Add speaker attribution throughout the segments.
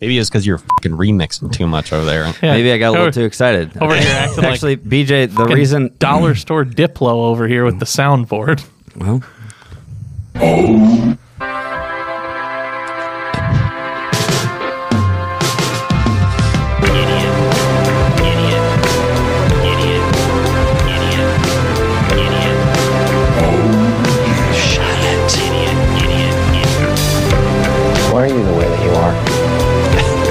Speaker 1: Maybe it's because you're fucking remixing too much over there.
Speaker 2: Yeah.
Speaker 3: Maybe I got a little
Speaker 2: Over-
Speaker 3: too excited.
Speaker 2: over here acting like
Speaker 3: Actually, BJ, the
Speaker 2: fucking
Speaker 3: reason
Speaker 2: dollar store Diplo over here with the soundboard.
Speaker 3: Well.
Speaker 4: Why are you the way that you are?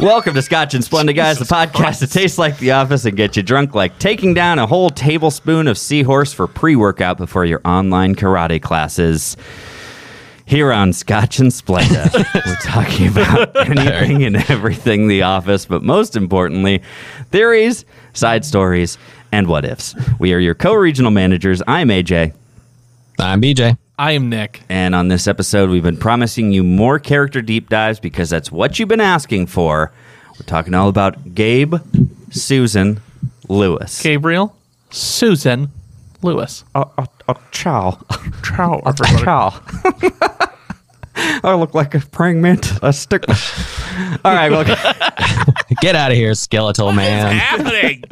Speaker 3: Welcome to Scotch and Splenda, guys, the podcast that tastes like the office and gets you drunk like taking down a whole tablespoon of seahorse for pre workout before your online karate classes. Here on Scotch and Splenda, we're talking about anything and everything the office, but most importantly, theories, side stories, and what ifs. We are your co regional managers. I'm AJ.
Speaker 1: I'm BJ.
Speaker 2: I am Nick.
Speaker 3: And on this episode, we've been promising you more character deep dives because that's what you've been asking for. We're talking all about Gabe, Susan, Lewis.
Speaker 2: Gabriel, Susan, Lewis.
Speaker 3: Oh, oh, oh, chow.
Speaker 2: Trow, everybody.
Speaker 3: Chow. I look like a praying mantis. A stick. all right, well,
Speaker 1: Get out of here, skeletal man.
Speaker 2: happening?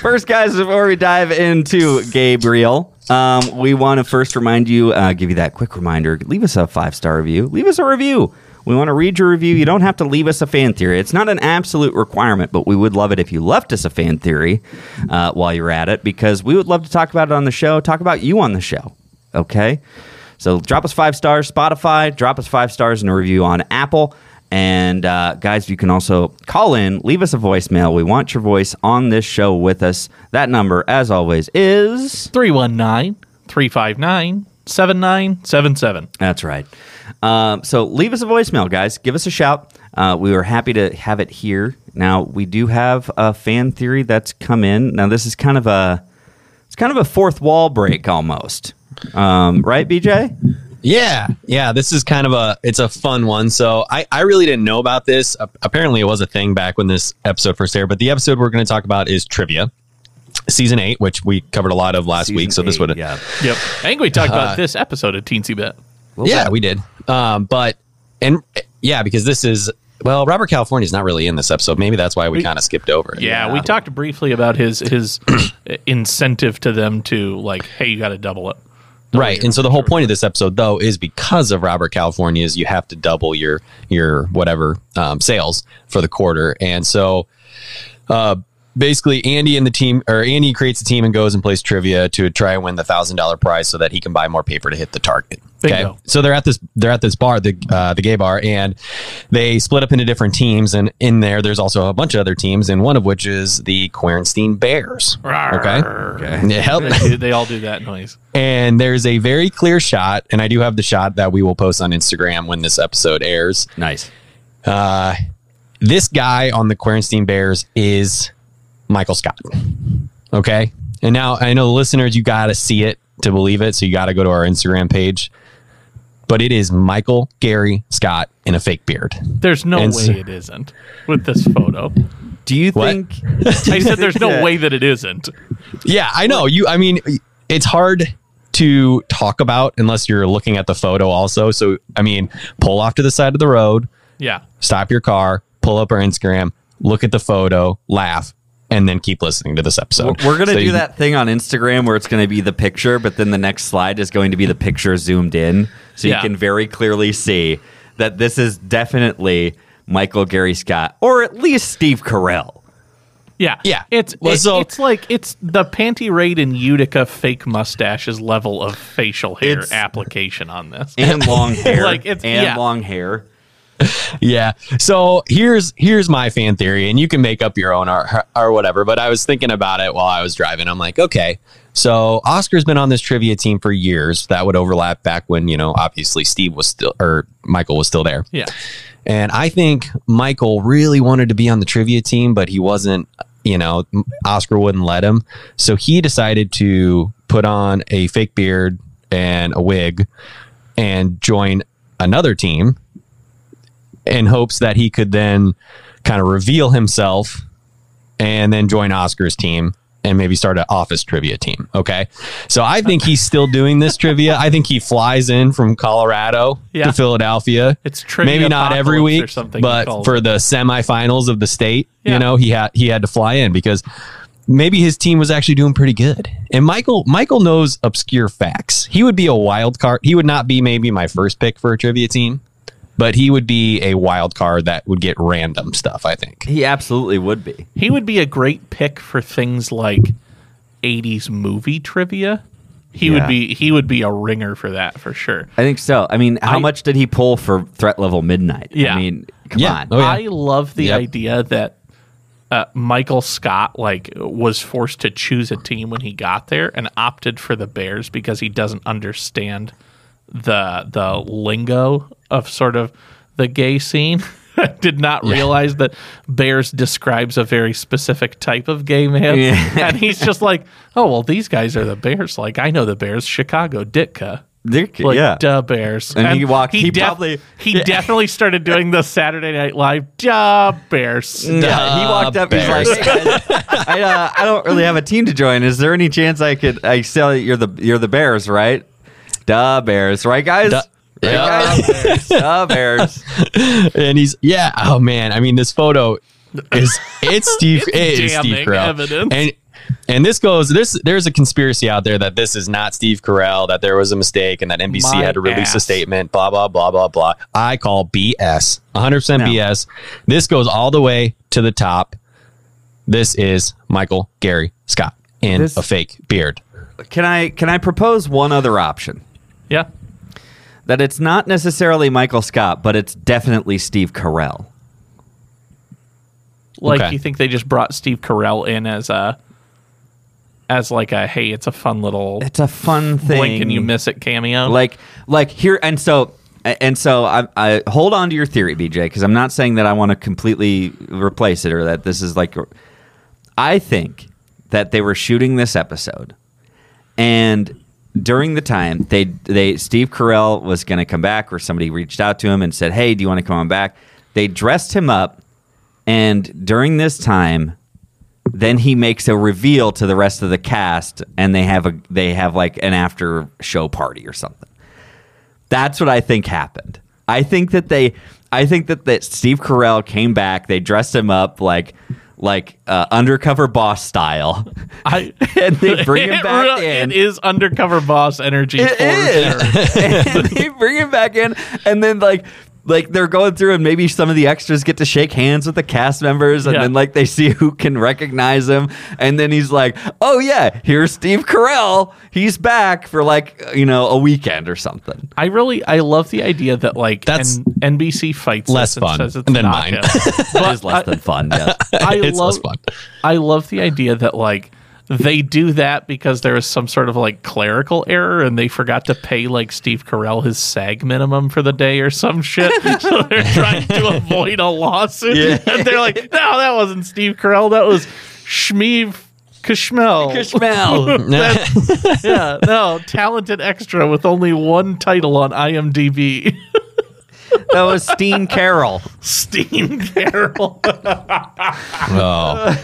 Speaker 3: First, guys, before we dive into Gabriel, um, we want to first remind you, uh, give you that quick reminder. Leave us a five star review. Leave us a review. We want to read your review. You don't have to leave us a fan theory. It's not an absolute requirement, but we would love it if you left us a fan theory uh, while you're at it because we would love to talk about it on the show, talk about you on the show. Okay? So drop us five stars, Spotify, drop us five stars in a review on Apple. And uh, guys, you can also call in, leave us a voicemail. We want your voice on this show with us. That number, as always, is.
Speaker 2: 319 359 7977.
Speaker 3: That's right. Um, so leave us a voicemail, guys. Give us a shout. Uh, we were happy to have it here. Now we do have a fan theory that's come in. Now this is kind of a, it's kind of a fourth wall break almost, um, right, BJ?
Speaker 1: Yeah, yeah. This is kind of a it's a fun one. So I I really didn't know about this. A- apparently, it was a thing back when this episode first aired. But the episode we're going to talk about is trivia, season eight, which we covered a lot of last week. So
Speaker 3: Season
Speaker 1: this
Speaker 3: eight,
Speaker 1: would
Speaker 3: yeah.
Speaker 2: Yep. I think we talked
Speaker 3: Uh-huh.
Speaker 2: about this episode of Teensy Bit.
Speaker 1: yeah, we did. Um, but and yeah, because this is well, Robert California's not really in this episode. Maybe that's why we, kind of skipped over it.
Speaker 2: Yeah, we talked briefly about his his incentive to them to like, hey, you got to double it.
Speaker 1: right. And so the whole point of this episode, though, is because of Robert California's, you have to double your your whatever um, sales for the quarter, and so. Uh, Basically, Andy and the team, or Andy creates a team and goes and plays trivia to try and win the thousand dollar prize so that he can buy more paper to hit the target.
Speaker 2: Bingo.
Speaker 1: So they're at this they're at this bar, the uh, the gay bar, and they split up into different teams. And in there, there's also a bunch of other teams, and one of which is the Quernstein Bears. Okay. Yeah, help.
Speaker 2: They, do- they all do that noise.
Speaker 1: And there's a very clear shot, and I do have the shot that we will post on Instagram when this episode airs.
Speaker 3: Nice.
Speaker 1: This guy on the Quernstein Bears is Michael Scott. Okay. And now I know the listeners, you got to see it to believe it. So you got to go to our Instagram page. But it is Michael Gary Scott in a fake beard.
Speaker 2: There's no
Speaker 1: And
Speaker 2: way
Speaker 1: so-
Speaker 2: it isn't with this photo.
Speaker 3: Do you
Speaker 1: What?
Speaker 3: think?
Speaker 2: I said there's no
Speaker 3: Yeah.
Speaker 2: way that it isn't.
Speaker 1: Yeah, I know. You, I mean, it's hard to talk about unless you're looking at the photo also. So, I mean, pull off to the side of the road,
Speaker 2: Yeah.
Speaker 1: stop your car, pull up our Instagram, look at the photo, laugh, and then keep listening to this
Speaker 3: We're,
Speaker 1: episode.
Speaker 3: we're gonna
Speaker 1: So
Speaker 3: do
Speaker 1: you-
Speaker 3: that thing on Instagram where it's gonna be the picture, but then the next slide is going to be the picture zoomed in, so
Speaker 2: Yeah.
Speaker 3: you can very clearly see that this is definitely Michael Gary Scott or at least Steve Carell.
Speaker 2: Yeah.
Speaker 1: Yeah.
Speaker 2: It's
Speaker 1: Well,
Speaker 2: it-
Speaker 1: so-
Speaker 2: it's like it's the panty raid in Utica fake mustaches level of facial hair
Speaker 3: It's-
Speaker 2: application on this.
Speaker 3: and long hair,
Speaker 2: Like, it's-
Speaker 3: and
Speaker 2: yeah.
Speaker 3: long hair.
Speaker 1: Yeah. So here's here's my fan theory, and you can make up your own or or whatever. But I was thinking about it while I was driving. I'm like, okay. So Oscar's been on this trivia team for years. That would overlap back when you know, obviously Steve was still or Michael was still there.
Speaker 2: Yeah.
Speaker 1: And I think Michael really wanted to be on the trivia team, but he wasn't, you know, Oscar wouldn't let him. So he decided to put on a fake beard and a wig and join another team in hopes that he could then kind of reveal himself and then join Oscar's team and maybe start an office trivia team. Okay. So I think he's still doing this trivia. I think he flies in from Colorado
Speaker 2: Yeah.
Speaker 1: to Philadelphia.
Speaker 2: It's trivia
Speaker 1: maybe not every
Speaker 2: apocalypse
Speaker 1: week,
Speaker 2: or something you
Speaker 1: but
Speaker 2: call
Speaker 1: for
Speaker 2: it.
Speaker 1: the semifinals of the state,
Speaker 2: Yeah.
Speaker 1: you know, he had he had to fly in because maybe his team was actually doing pretty good. And Michael Michael knows obscure facts. He would be a wild card. He would not be maybe my first pick for a trivia team, but he would be a wild card that would get random stuff, I think.
Speaker 3: He absolutely would be.
Speaker 2: He would be a great pick for things like 80s movie trivia. He
Speaker 3: Yeah.
Speaker 2: would be he would be a ringer for that for sure.
Speaker 3: I think so. I mean, how
Speaker 2: I-
Speaker 3: much did he pull for threat level midnight?
Speaker 2: Yeah.
Speaker 3: I mean, come
Speaker 1: Yeah.
Speaker 3: on.
Speaker 1: Oh, yeah.
Speaker 2: I love the
Speaker 1: Yep.
Speaker 2: idea that uh, Michael Scott like was forced to choose a team when he got there and opted for the Bears because he doesn't understand the the lingo of sort of the gay scene. Did not realize that Bears describes a very specific type of gay man,
Speaker 3: Yeah.
Speaker 2: and he's just like, "Oh well, these guys are the Bears. Like I know the Bears, Chicago Ditka."
Speaker 3: They're-
Speaker 2: like
Speaker 3: yeah.
Speaker 2: duh bears.
Speaker 3: And he walked- he
Speaker 2: def-
Speaker 3: probably-
Speaker 2: he definitely started doing the Saturday Night Live duh bears.
Speaker 3: Yeah, he walked up. He's like,
Speaker 1: Bears.
Speaker 3: "Hey, guys, I, uh, I don't really have a team to join. Is there any chance I could? I sell you're the you're the Bears, right? Duh, Bears, right, guys?
Speaker 1: Duh.
Speaker 3: Right,
Speaker 1: Yeah.
Speaker 3: guys? Duh, Bears.
Speaker 1: and he's yeah oh man i mean this photo is it's steve it is steve
Speaker 2: damning
Speaker 1: Carell.
Speaker 2: evidence.
Speaker 1: and and this goes this there's a conspiracy out there that this is not steve Carell, that there was a mistake and that nbc
Speaker 2: My
Speaker 1: had to release a
Speaker 2: ass.
Speaker 1: statement blah blah blah blah blah i call bs 100% bs this goes all the way to the top this is michael gary scott in
Speaker 3: This-
Speaker 1: a fake beard
Speaker 3: Can I can I propose one other option?
Speaker 2: Yeah,
Speaker 3: That it's not necessarily Michael Scott, but it's definitely Steve Carell.
Speaker 2: like
Speaker 1: Okay.
Speaker 2: you think they just brought Steve Carell in as a as like a hey, it's a fun little
Speaker 3: It's a fun thing.
Speaker 2: blink and you miss it cameo.
Speaker 3: like like here and so and so I, I hold on to your theory bj because i'm not saying that i want to completely replace it or that this is like i think that they were shooting this episode and during the time they they steve carell was going to come back or somebody reached out to him and said hey do you want to come on back they dressed him up and during this time then he makes a reveal to the rest of the cast and they have a they have like an after show party or something that's what i think happened i think that they i think that, that steve carell came back they dressed him up like like uh, undercover boss style
Speaker 2: I
Speaker 3: and they bring him
Speaker 2: it
Speaker 3: back
Speaker 2: really-
Speaker 3: in
Speaker 2: It is undercover boss energy.
Speaker 3: it is. and they bring him back in, and then like. Like they're going through, and maybe some of the extras get to shake hands with the cast members, and
Speaker 2: Yeah.
Speaker 3: then like they see who can recognize him, and then he's like, "Oh yeah, here's Steve Carell. He's back for like you know a weekend or something."
Speaker 2: I really I love the idea that like
Speaker 1: That's
Speaker 2: N- NBC fights
Speaker 1: less
Speaker 2: this and
Speaker 1: fun
Speaker 2: says it's
Speaker 1: than
Speaker 2: not
Speaker 1: mine.
Speaker 2: him. But
Speaker 3: It is less
Speaker 2: I-
Speaker 3: than fun. Yes.
Speaker 2: I
Speaker 1: It's
Speaker 2: love,
Speaker 1: less fun.
Speaker 2: I love the idea that like they do that because there was some sort of like clerical error and they forgot to pay like Steve Carell his SAG minimum for the day or some shit. so they're trying to avoid a lawsuit. And they're like, no, that wasn't Steve Carell. That was Shmeev Kishmel.
Speaker 3: Kishmel.
Speaker 2: That's- yeah, no, talented extra with only one title on IMDb.
Speaker 3: that was Steen Carroll.
Speaker 2: Steen Carroll.
Speaker 1: Oh,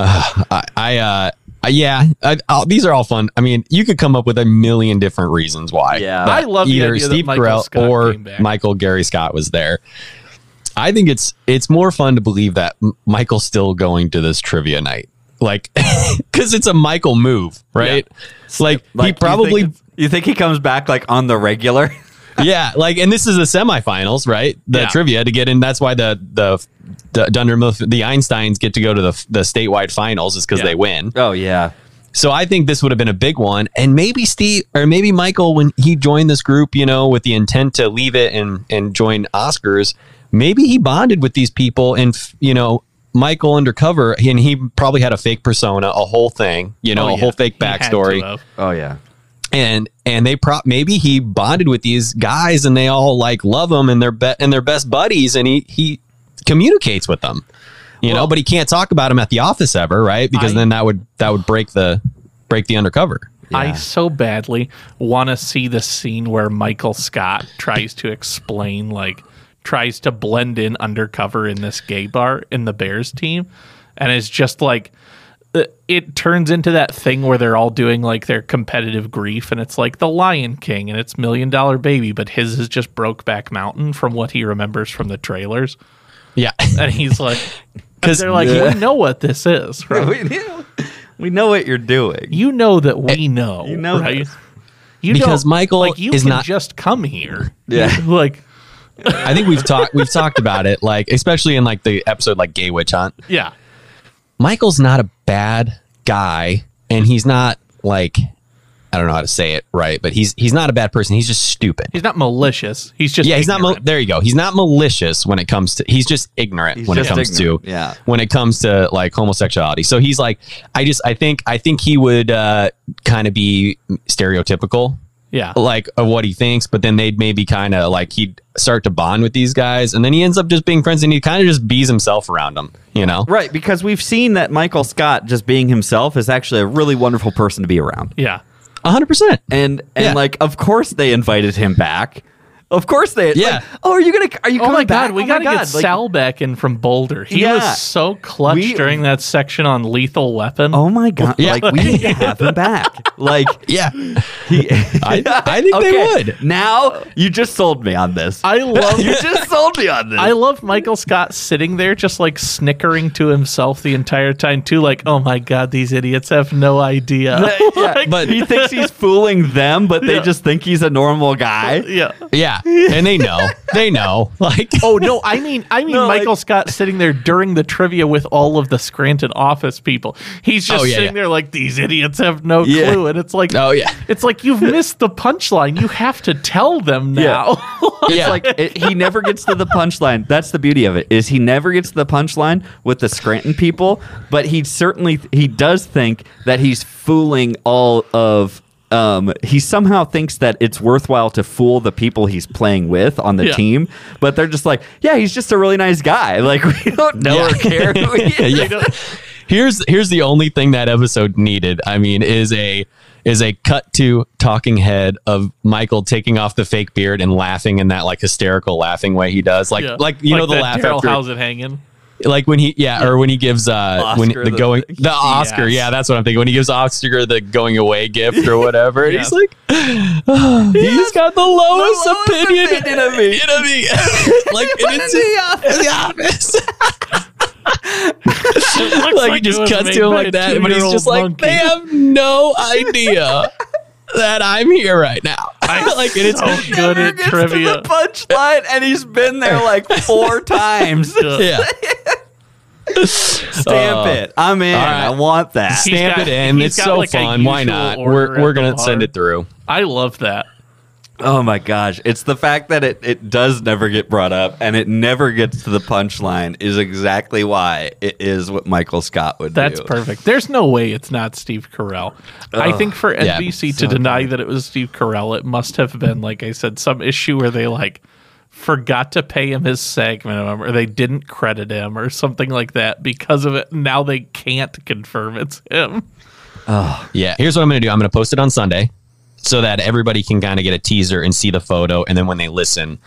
Speaker 1: Uh, I, I uh, I- yeah, I, I'll, these are all fun. I mean, you could come up with a million different reasons why.
Speaker 3: Yeah.
Speaker 1: that
Speaker 2: I love the
Speaker 1: either
Speaker 2: idea that
Speaker 1: Steve
Speaker 2: Michael
Speaker 1: Carell
Speaker 2: Scott came
Speaker 1: or
Speaker 2: back.
Speaker 1: Michael Gary Scott was there. I think it's it's more fun to believe that M- Michael's still going to this trivia night, like because it's a Michael move, right? Like, he
Speaker 3: Like, you
Speaker 1: probably
Speaker 3: think- you think he comes back like on the regular?
Speaker 1: yeah, like, and this is the semifinals, right? The
Speaker 2: Yeah.
Speaker 1: trivia to get in. That's why the the the Dunder Mifflin- the Einsteins get to go to the the statewide finals is because
Speaker 2: Yeah.
Speaker 1: they win.
Speaker 3: Oh yeah.
Speaker 1: So I think this would have been a big one, and maybe Steve or maybe Michael, when he joined this group, you know, with the intent to leave it and and join Oscars, maybe he bonded with these people, and f- you know, Michael undercover, and he probably had a fake persona, a whole thing, you know,
Speaker 2: Oh,
Speaker 1: a
Speaker 2: yeah.
Speaker 1: whole fake
Speaker 2: He had to
Speaker 1: backstory
Speaker 2: have.
Speaker 3: Oh yeah.
Speaker 1: and and they prop maybe he bonded with these guys and they all like love him and they're be- and they're best buddies and he he communicates with them you know
Speaker 2: Well-
Speaker 1: but he can't talk about him at the office ever right because
Speaker 2: I-
Speaker 1: then that would that would break the break the undercover
Speaker 2: I so badly want to see the scene where Michael Scott tries to explain, like, tries to blend in undercover in this gay bar in the Bears team. And it's just like, uh, it turns into that thing where they're all doing like their competitive grief and it's like the lion king and it's million dollar baby but his is just brokeback mountain from what he remembers from the trailers
Speaker 1: Yeah.
Speaker 2: and he's like
Speaker 1: 'Cause-
Speaker 2: because they're like
Speaker 3: Yeah.
Speaker 2: we know what this is right?
Speaker 3: we, know- we know what you're doing.
Speaker 2: you know that we Eh, know
Speaker 3: you know
Speaker 2: right
Speaker 3: this.
Speaker 2: you
Speaker 1: Because
Speaker 2: don't-
Speaker 1: Michael
Speaker 2: like you
Speaker 1: is
Speaker 2: can
Speaker 1: not-
Speaker 2: just come here
Speaker 3: Yeah.
Speaker 2: like
Speaker 1: I think we've talked we've talked about it, like especially in like the episode like Gay Witch Hunt.
Speaker 2: yeah
Speaker 1: Michael's not a bad guy, and he's not like I don't know how to say it right, but he's he's not a bad person. He's just stupid.
Speaker 2: he's not malicious he's just
Speaker 1: yeah, he's not. Mal-
Speaker 2: ignorant.
Speaker 1: there you go. He's not malicious when it comes to. He's just ignorant
Speaker 3: He's
Speaker 1: when
Speaker 3: just
Speaker 1: it comes
Speaker 3: ignorant,
Speaker 1: to.
Speaker 3: yeah.
Speaker 1: When it comes to like homosexuality, so he's like, I just, I think, I think he would uh, kind of be stereotypical,
Speaker 2: yeah
Speaker 1: like of what he thinks, but then they'd maybe kind of like he'd start to bond with these guys, and then he ends up just being friends, and he kind of just bees himself around them, you know?
Speaker 3: Right, because we've seen that Michael Scott just being himself is actually a really wonderful person to be around.
Speaker 2: yeah
Speaker 1: hundred percent.
Speaker 3: And and
Speaker 1: Yeah.
Speaker 3: like of course they invited him back. Of course they
Speaker 1: Yeah.
Speaker 3: like, oh, are you going to are you
Speaker 2: Oh
Speaker 3: coming
Speaker 2: my god,
Speaker 3: back?
Speaker 2: we
Speaker 3: Oh my
Speaker 2: gotta get
Speaker 3: Like,
Speaker 2: Sal back in from Boulder. He
Speaker 3: Yeah.
Speaker 2: was so clutch
Speaker 3: We-
Speaker 2: during that section on Lethal Weapon.
Speaker 3: Oh my god!
Speaker 1: Yeah.
Speaker 3: Like we need to have him back. Like
Speaker 1: Yeah,
Speaker 3: he,
Speaker 1: I, I think they would.
Speaker 3: Now you just sold me on this.
Speaker 2: I love
Speaker 3: you just sold me on this.
Speaker 2: I love Michael Scott sitting there just like snickering to himself the entire time too, like, oh my god, these idiots have no idea.
Speaker 3: Yeah,
Speaker 2: Like,
Speaker 1: but-
Speaker 3: he thinks he's fooling them, but they
Speaker 2: Yeah.
Speaker 3: just think he's a normal guy.
Speaker 2: yeah.
Speaker 1: Yeah, and they know. They know. Like,
Speaker 2: Oh no, I mean I mean
Speaker 3: No, like-
Speaker 2: Michael Scott sitting there during the trivia with all of the Scranton office people. He's just
Speaker 1: Oh, yeah,
Speaker 2: sitting
Speaker 1: yeah.
Speaker 2: there like these idiots have no
Speaker 3: Yeah.
Speaker 2: clue. And it's like
Speaker 1: oh yeah,
Speaker 2: it's like you've missed the punchline. You have to tell them now.
Speaker 1: yeah.
Speaker 3: Like it, he never gets to the punchline. That's the beauty of it is he never gets to the punchline with the Scranton people, but he certainly he does think that he's fooling all of. Um, he somehow thinks that it's worthwhile to fool the people he's playing with on the
Speaker 2: Yeah.
Speaker 3: team, but they're just like, yeah, he's just a really nice guy. Like we don't know or care who he is.
Speaker 1: Yeah. Here's here's the only thing that episode needed. I mean, is a is a cut to talking head of Michael taking off the fake beard and laughing in that like hysterical laughing way he does, like
Speaker 2: Yeah.
Speaker 1: like you know the
Speaker 2: that
Speaker 1: laugh
Speaker 2: Daryl
Speaker 1: after
Speaker 2: how's it hanging?
Speaker 1: like when he yeah, or when he gives uh when
Speaker 3: Oscar
Speaker 1: the
Speaker 3: the-
Speaker 1: going the Oscar
Speaker 2: Yes.
Speaker 1: yeah that's what I'm thinking when he gives Oscar the going away gift or whatever and
Speaker 2: Yeah.
Speaker 1: he's like "Ah, he's got the lowest,
Speaker 3: lowest
Speaker 1: opinion,
Speaker 3: opinion of me.
Speaker 1: in me. like and it's
Speaker 2: uh,
Speaker 1: just, in the office.
Speaker 2: like,
Speaker 1: like he just cuts to him like that, but he's just like, they have no idea that I'm here right now. like and it's
Speaker 2: so good
Speaker 3: never
Speaker 2: at
Speaker 3: gets
Speaker 2: trivia.
Speaker 3: to the punchline, and he's been there like four times. Stamp
Speaker 1: yeah. Uh,
Speaker 3: it. I'm in.
Speaker 1: all right.
Speaker 3: I want that.
Speaker 2: He's
Speaker 1: Stamp
Speaker 2: got-
Speaker 1: it in.
Speaker 2: he's
Speaker 1: It's
Speaker 2: got,
Speaker 1: so
Speaker 2: like, a
Speaker 1: fun. Why
Speaker 2: usual
Speaker 1: not?
Speaker 2: order
Speaker 1: We're
Speaker 2: at
Speaker 1: we're
Speaker 2: the
Speaker 1: gonna
Speaker 2: bar.
Speaker 1: send it through.
Speaker 2: I love that.
Speaker 3: Oh my gosh! It's the fact that it it does never get brought up, and it never gets to the punchline is exactly why it is what Michael Scott would
Speaker 2: That's
Speaker 3: do.
Speaker 2: perfect. There's no way it's not Steve Carell. I think for
Speaker 1: yeah,
Speaker 2: NBC to deny that it was Steve Carell, it must have been, like I said, some issue where they like forgot to pay him his segment or they didn't credit him or something like that because of it. Now they can't confirm it's him.
Speaker 1: Yeah. Here's what I'm gonna do. I'm gonna post it on Sunday so that everybody can kind of get a teaser and see the photo, and then when they listen,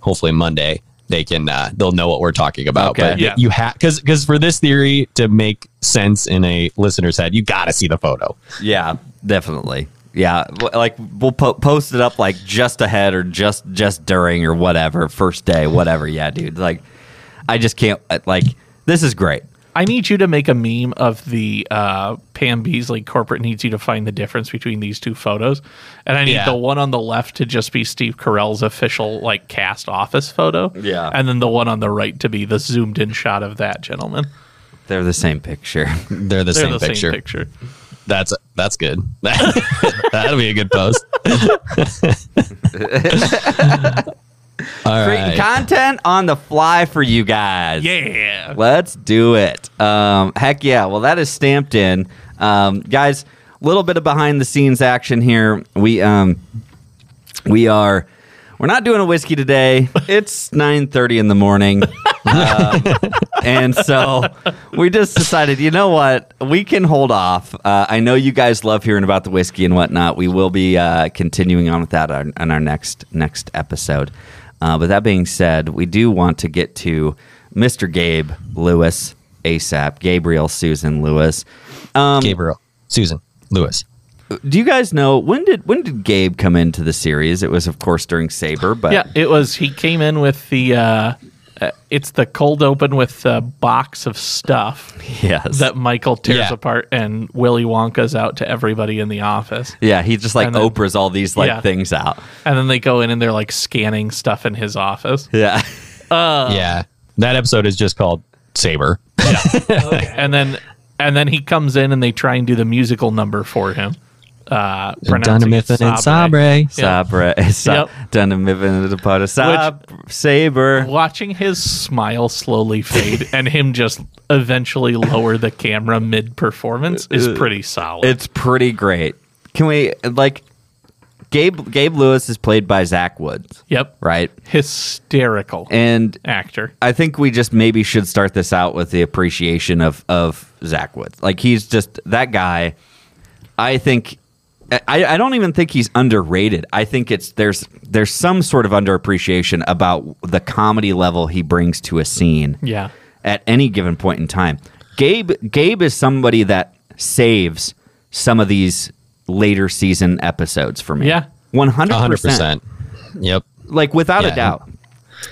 Speaker 1: hopefully Monday they can uh, they'll know what we're talking about.
Speaker 3: Okay.
Speaker 1: But
Speaker 2: Yeah.
Speaker 1: you have because because for this theory to make sense in a listener's head, you got to see the photo.
Speaker 3: Yeah, definitely. Yeah, w- like we'll po- post it up like just ahead or just just during or whatever first day, whatever. Yeah, dude. Like, I just can't. uh, Like, this is great.
Speaker 2: I need you to make a meme of the uh, Pam Beasley corporate needs you to find the difference between these two photos, and I need
Speaker 1: Yeah.
Speaker 2: the one on the left to just be Steve Carell's official like cast office photo,
Speaker 3: Yeah.
Speaker 2: and then the one on the right to be the zoomed in shot of that gentleman.
Speaker 3: They're the same picture.
Speaker 1: They're the,
Speaker 2: They're
Speaker 1: same,
Speaker 2: the
Speaker 1: picture.
Speaker 2: same picture.
Speaker 1: That's that's good. That'll be a good post. All
Speaker 3: Creating
Speaker 1: right.
Speaker 3: content on the fly for you guys.
Speaker 2: Yeah,
Speaker 3: Let's do it. Um, heck yeah. Well, that is stamped in. Um, guys, a little bit of behind the scenes action here. We um, we are We're not doing a whiskey today. It's 9:30 in the morning. Uh, and so we just decided, you know what? We can hold off. Uh, I know you guys love hearing about the whiskey and whatnot. We will be uh, continuing on with that on, on our next next episode. Uh, but that being said, we do want to get to Mr. Gabe Lewis ASAP, Gabriel Susan Lewis. Um,
Speaker 1: Gabriel, Susan, Lewis.
Speaker 3: do you guys know when did when did Gabe come into the series? It was of course during Saber, but
Speaker 2: Yeah, it was. He came in with the. Uh, uh, it's the cold open with the box of stuff
Speaker 3: yes.
Speaker 2: that Michael tears
Speaker 1: Yeah.
Speaker 2: apart and Willy Wonka's out to everybody in the office.
Speaker 3: yeah, he just like
Speaker 2: And then-
Speaker 3: Oprah's all these like
Speaker 2: Yeah.
Speaker 3: things out.
Speaker 2: And then they go in and they're like scanning stuff in his office.
Speaker 3: Yeah.
Speaker 1: yeah. That episode is just called Saber.
Speaker 2: And then and then he comes in and they try and do the musical number for him. Uh pronouncing it
Speaker 1: Dunamithan and
Speaker 2: Sabre.
Speaker 1: Sabre.
Speaker 2: Yeah.
Speaker 3: Sabra, uh, Sa-
Speaker 2: Yep.
Speaker 3: Dunamivin, Zapata, Sab, Saber.
Speaker 2: Watching his smile slowly fade and him just eventually lower the camera mid performance is pretty solid.
Speaker 3: It's pretty great. Can we like Gabe? Gabe Lewis is played by Zach Woods,
Speaker 2: yep.
Speaker 3: right?
Speaker 2: Hysterical
Speaker 3: And
Speaker 2: actor.
Speaker 3: I think we just maybe should start this out with the appreciation of of Zach Woods. Like he's just that guy. I think I, I don't even think he's underrated. I think it's there's there's some sort of underappreciation about the comedy level he brings to a scene.
Speaker 2: Yeah.
Speaker 3: at any given point in time. Gabe Gabe is somebody that saves some of these later season episodes for me.
Speaker 2: Yeah.
Speaker 3: 100%.
Speaker 1: 100%. Yep.
Speaker 3: Like without
Speaker 1: Yeah.
Speaker 3: a doubt.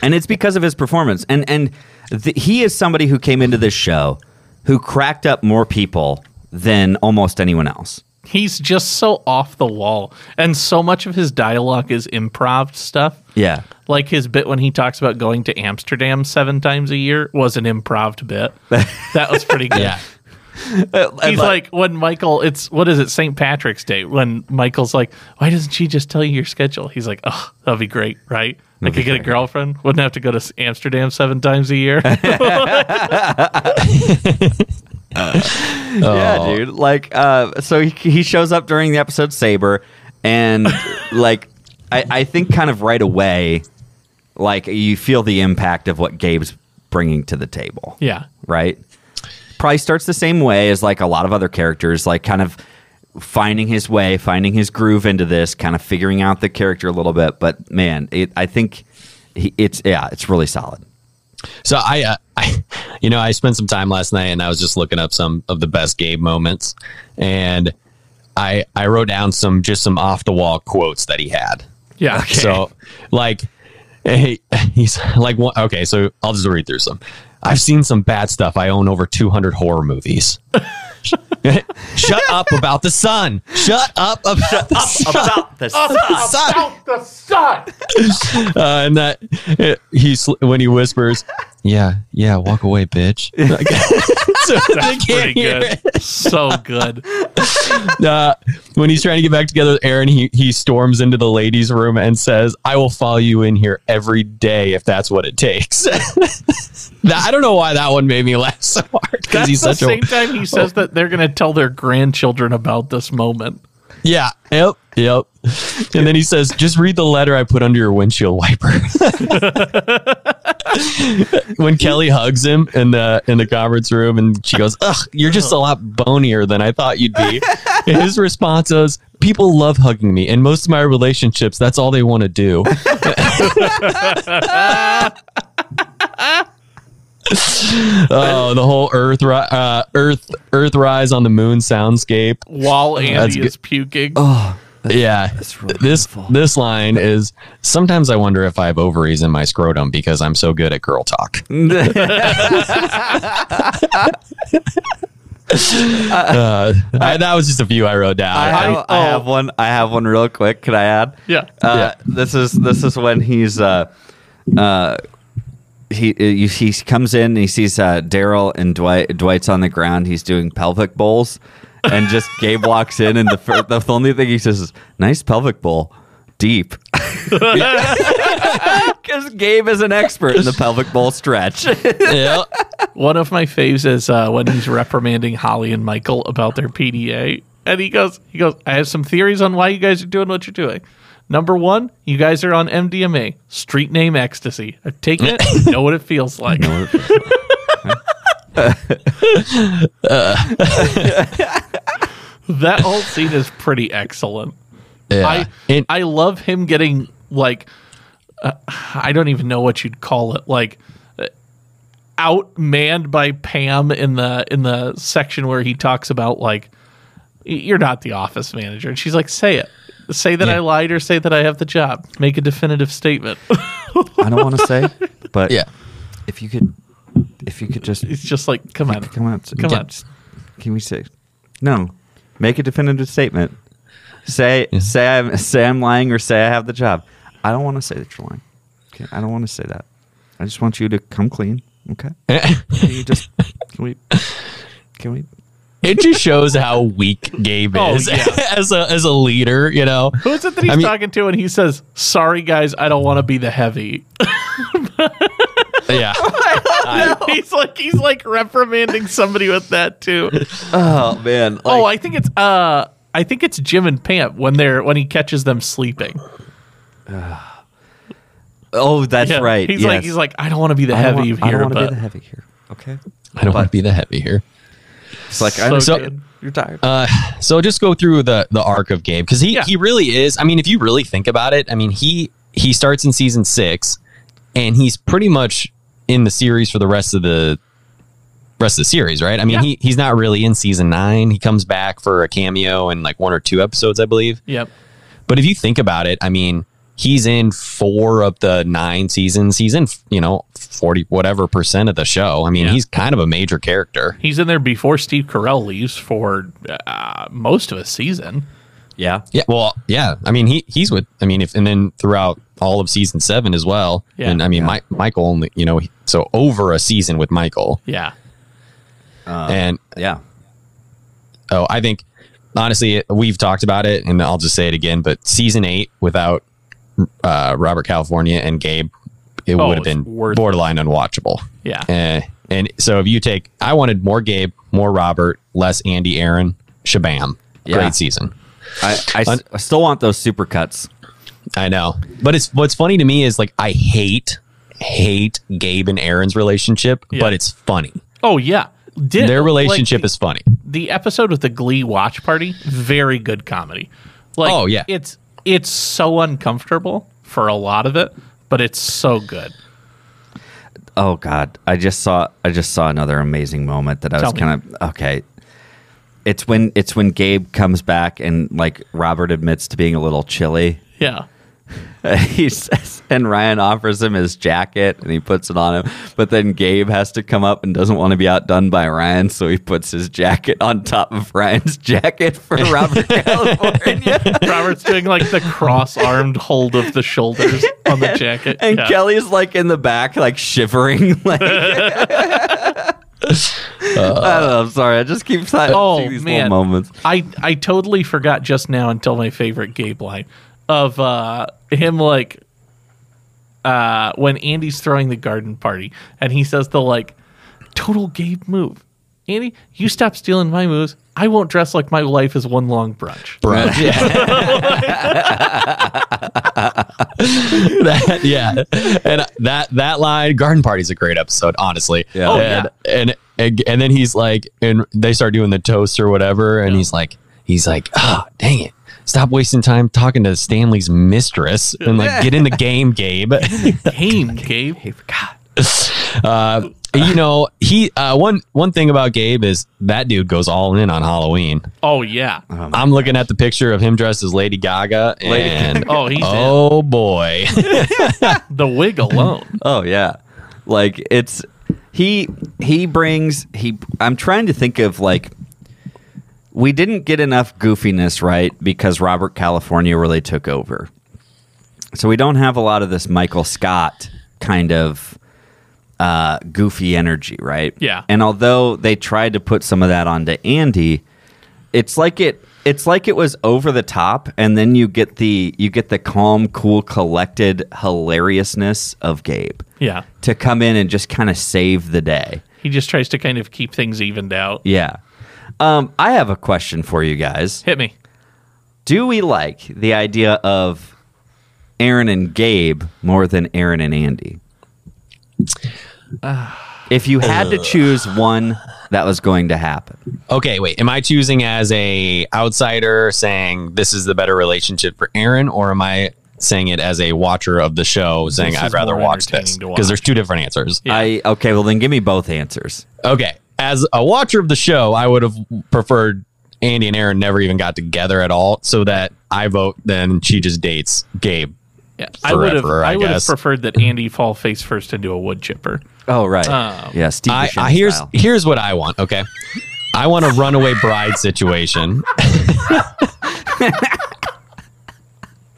Speaker 3: And it's because of his performance. And and th- he is somebody who came into this show who cracked up more people than almost anyone else.
Speaker 2: He's just so off the wall. And so much of his dialogue is improv stuff.
Speaker 3: Yeah.
Speaker 2: Like his bit when he talks about going to Amsterdam seven times a year was an improv bit. That was pretty good.
Speaker 1: Yeah.
Speaker 2: He's like, when Michael, it's what is it, St. Patrick's Day? When Michael's like, why doesn't she just tell you your schedule? He's like, oh, that'd be great, right? I could get a girlfriend. Wouldn't have to go to S- Amsterdam seven times a year.
Speaker 3: Yeah, dude. Like, uh, so he, he shows up during the episode Saber, and like, I, I think kind of right away, like you feel the impact of what Gabe's bringing to the table.
Speaker 2: yeah.
Speaker 3: Right. Probably starts the same way as like a lot of other characters, like kind of finding his way, finding his groove into this, kind of figuring out the character a little bit. But man, it, I think he, it's yeah, it's really solid.
Speaker 1: So I, uh, I, you know, I spent some time last night and I was just looking up some of the best Gabe moments, and I I wrote down some just some off the wall quotes that he had.
Speaker 2: Yeah.
Speaker 1: So like, hey, he's like, one, okay, so I'll just read through some. I've seen some bad stuff. I own over 200 horror movies. Shut up about the sun. Shut up about the sun.
Speaker 3: About the
Speaker 2: Oh,
Speaker 3: sun.
Speaker 1: Uh, and that it, he sl- when he whispers, "Yeah, yeah, walk away, bitch." Like, so they can't
Speaker 2: Pretty
Speaker 1: hear
Speaker 2: good. So good.
Speaker 1: it. Uh, when he's trying to get back together, with Aaron he he storms into the ladies' room and says, "I will follow you in here every day if that's what it takes." That- I don't know why that one made me laugh so hard because
Speaker 2: That's
Speaker 1: he's
Speaker 2: the
Speaker 1: such a
Speaker 2: same time he says that they're going to tell their grandchildren about this moment.
Speaker 1: yeah. Yep, yep. And then he says, "Just read the letter I put under your windshield wiper." when Kelly hugs him in the in the conference room, and she goes, "Ugh, you're just a lot bonier than I thought you'd be." And his response was, "People love hugging me, and most of my relationships, that's all they want to do." oh, the whole Earth, ri- uh, Earth, Earth rise on the moon soundscape.
Speaker 2: While
Speaker 1: That's
Speaker 2: Andy
Speaker 1: good.
Speaker 2: is puking.
Speaker 1: Yeah.
Speaker 3: really
Speaker 1: this
Speaker 3: beautiful.
Speaker 1: this line is sometimes I wonder if I have ovaries in my scrotum because I'm so good at girl talk.
Speaker 2: Mm.
Speaker 1: Uh, I, that was just a few I wrote down.
Speaker 3: I have, I
Speaker 2: oh.
Speaker 3: have one. I have one real quick. Can I add?
Speaker 2: Yeah.
Speaker 3: Uh, This is this is when he's uh, uh, he uh, you- he comes in and he sees uh, Daryl and Dwight. Dwight's on the ground. He's doing pelvic bowls, and just Gabe walks in and the fir- the only thing he says is "nice pelvic bowl, deep." Because Gabe is an expert in the pelvic bowl stretch.
Speaker 1: yeah.
Speaker 2: One of my faves is uh, when he's reprimanding Holly and Michael about their PDA, and he goes, he goes, I have some theories on why you guys are doing what you're doing. Number one, you guys are on MDMA, street name ecstasy. I've taken it, I know what it feels like. Uh, that whole scene is pretty excellent.
Speaker 1: Yeah.
Speaker 2: I
Speaker 1: And-
Speaker 2: I love him getting like uh, I don't even know what you'd call it like uh, outmanned by Pam in the in the section where he talks about like "Y- you're not the office manager and she's like say it say that I lied or say that I have the job make a definitive statement
Speaker 3: I don't want to say, but
Speaker 1: yeah.
Speaker 3: if you could, if you could just
Speaker 2: it's just like come on
Speaker 3: come on,
Speaker 2: Uh, come
Speaker 1: Yeah.
Speaker 2: on
Speaker 3: Can we say no? Make a definitive statement. Say say I'm, say I'm lying or say I have the job. I don't want to say that you're lying. Okay, I don't want to say that. I just want you to come clean. Okay. Can you just can we can we
Speaker 1: It just shows how weak Gabe
Speaker 2: Oh,
Speaker 1: is
Speaker 2: yeah.
Speaker 1: as a as a leader, you know.
Speaker 2: who's it that he's
Speaker 1: I mean-
Speaker 2: talking to and he says sorry guys I don't want to be the heavy
Speaker 1: Yeah.
Speaker 2: he's like he's like reprimanding somebody with that too
Speaker 3: Oh man.
Speaker 2: oh, I think it's uh, I think it's Jim and Pam when they're when he catches them sleeping.
Speaker 3: oh that's
Speaker 2: Yeah.
Speaker 3: right.
Speaker 2: He's like
Speaker 3: yes.
Speaker 2: he's like I don't want to be the
Speaker 3: I don't
Speaker 2: heavy
Speaker 3: want- I don't
Speaker 2: here,
Speaker 3: want to
Speaker 2: but
Speaker 3: be the heavy here. Okay.
Speaker 1: I don't want to be the heavy here.
Speaker 3: It's like I
Speaker 2: so
Speaker 3: understand
Speaker 2: good.
Speaker 3: you're tired.
Speaker 1: so just go through the the arc of Gabe because he
Speaker 2: Yeah.
Speaker 1: he really is. I mean, if you really think about it, I mean he he starts in season six, and he's pretty much in the series for the rest of the rest of the series, right? I mean,
Speaker 2: Yeah.
Speaker 1: he he's not really in season nine. He comes back for a cameo in like one or two episodes, I believe.
Speaker 2: Yep.
Speaker 1: But if you think about it, I mean, he's in four of the nine seasons. He's in you know forty whatever percent of the show. I mean,
Speaker 2: Yeah.
Speaker 1: he's kind of a major character.
Speaker 2: He's in there before Steve Carell leaves for uh, most of a season.
Speaker 3: yeah.
Speaker 1: Yeah, well, yeah. I mean, he he's with. I mean, if and then throughout all of season seven as well.
Speaker 2: Yeah.
Speaker 1: and I mean, Mi- Michael only, you know, he- so over a season with Michael,
Speaker 2: Yeah.
Speaker 1: and
Speaker 3: Yeah.
Speaker 1: oh, I think honestly, it- we've talked about it, and I'll just say it again. But season eight without uh, Robert California and Gabe, it
Speaker 2: Oh,
Speaker 1: would have
Speaker 2: it's
Speaker 1: been
Speaker 2: worth-
Speaker 1: borderline unwatchable.
Speaker 2: Yeah.
Speaker 1: Eh, and so if you take, I wanted more Gabe, more Robert, less Andy, Aaron, Shabam.
Speaker 3: Yeah.
Speaker 1: Great season.
Speaker 3: I, I, s- I still want those super cuts.
Speaker 1: I know. But it's what's funny to me is like I hate hate Gabe and Aaron's relationship,
Speaker 2: Yeah.
Speaker 1: but it's funny.
Speaker 2: Oh yeah. Did,
Speaker 1: Their
Speaker 2: like,
Speaker 1: relationship
Speaker 2: the-
Speaker 1: is funny.
Speaker 2: the episode with the Glee watch party. Very good comedy. Like
Speaker 1: Oh, yeah.
Speaker 2: It's it's so uncomfortable for a lot of it, but it's so good.
Speaker 3: Oh God, I just saw I just saw another amazing moment that I
Speaker 2: Tell
Speaker 3: was
Speaker 2: me.
Speaker 3: kind of okay. It's when it's when Gabe comes back and like Robert admits to being a little chilly.
Speaker 2: Yeah.
Speaker 3: he says, and Ryan offers him his jacket and he puts it on him. But then Gabe has to come up and doesn't want to be outdone by Ryan, so he puts his jacket on top of Ryan's jacket for Robert California.
Speaker 2: Robert's doing like the cross-armed hold of the shoulders on the jacket.
Speaker 3: And
Speaker 2: Yeah.
Speaker 3: Kelly's like in the back, like shivering. Like, I don't know, I'm sorry. I just keep si-
Speaker 2: Oh,
Speaker 3: seeing these
Speaker 2: man.
Speaker 3: little moments.
Speaker 2: I I totally forgot just now until my favorite Gabe line of uh, him like uh, when Andy's throwing the garden party and he says the like total Gabe move. Andy, you stop stealing my moves. I won't dress like my life is one long brunch.
Speaker 1: Bro. yeah. that, yeah. And that that line, Garden Party's a great episode, honestly.
Speaker 3: Yeah. Oh,
Speaker 1: and, and and and then he's like and they start doing the toast or whatever, and he's like he's like, oh dang it. Stop wasting time talking to Stanley's mistress and like get in the game, Gabe.
Speaker 2: Game, Gabe.
Speaker 1: Uh, you know, he uh, one one thing about Gabe is that dude goes all in on Halloween.
Speaker 2: Oh yeah.
Speaker 1: I'm looking at the picture of him dressed as Lady Gaga, and
Speaker 3: Lady
Speaker 2: Oh, he's in.
Speaker 1: oh boy,
Speaker 2: The wig alone.
Speaker 3: Oh yeah, like it's he he brings he. I'm trying to think of like we didn't get enough goofiness right because Robert California really took over, so we don't have a lot of this Michael Scott kind of uh, goofy energy, right?
Speaker 2: Yeah.
Speaker 3: And although they tried to put some of that onto Andy, it's like it it's like it was over the top and then you get the you get the calm cool collected hilariousness of gabe
Speaker 2: Yeah.
Speaker 3: to come in and just kind of save the day
Speaker 2: He just tries to kind of keep things evened out.
Speaker 3: yeah um, i have a question for you guys
Speaker 2: Hit me.
Speaker 3: do we like the idea of Aaron and Gabe more than Aaron and Andy? If you had to choose one that was going to happen,
Speaker 1: Okay, wait. Am I choosing as a outsider saying this is the better relationship for Aaron, or am I saying it as a watcher of the show saying
Speaker 2: This
Speaker 1: I'd
Speaker 2: is
Speaker 1: rather
Speaker 2: more
Speaker 1: watch
Speaker 2: entertaining
Speaker 1: this?
Speaker 2: to
Speaker 1: Because there's two different answers.
Speaker 2: Yeah.
Speaker 3: I okay. Well, then give me both answers.
Speaker 1: Okay, as a watcher of the show, I would have preferred Andy and Aaron never even got together at all, so that I vote. Then she just dates Gabe.
Speaker 2: Yeah, I would have.
Speaker 1: Forever, I
Speaker 2: I, would have
Speaker 1: guess.
Speaker 2: preferred that Andy fall face first into a wood chipper.
Speaker 3: Oh right,
Speaker 2: Um,
Speaker 3: yeah. Steve
Speaker 1: I,
Speaker 3: Buscemi
Speaker 1: I here's
Speaker 3: style.
Speaker 1: here's what I want. Okay, I want a runaway bride situation.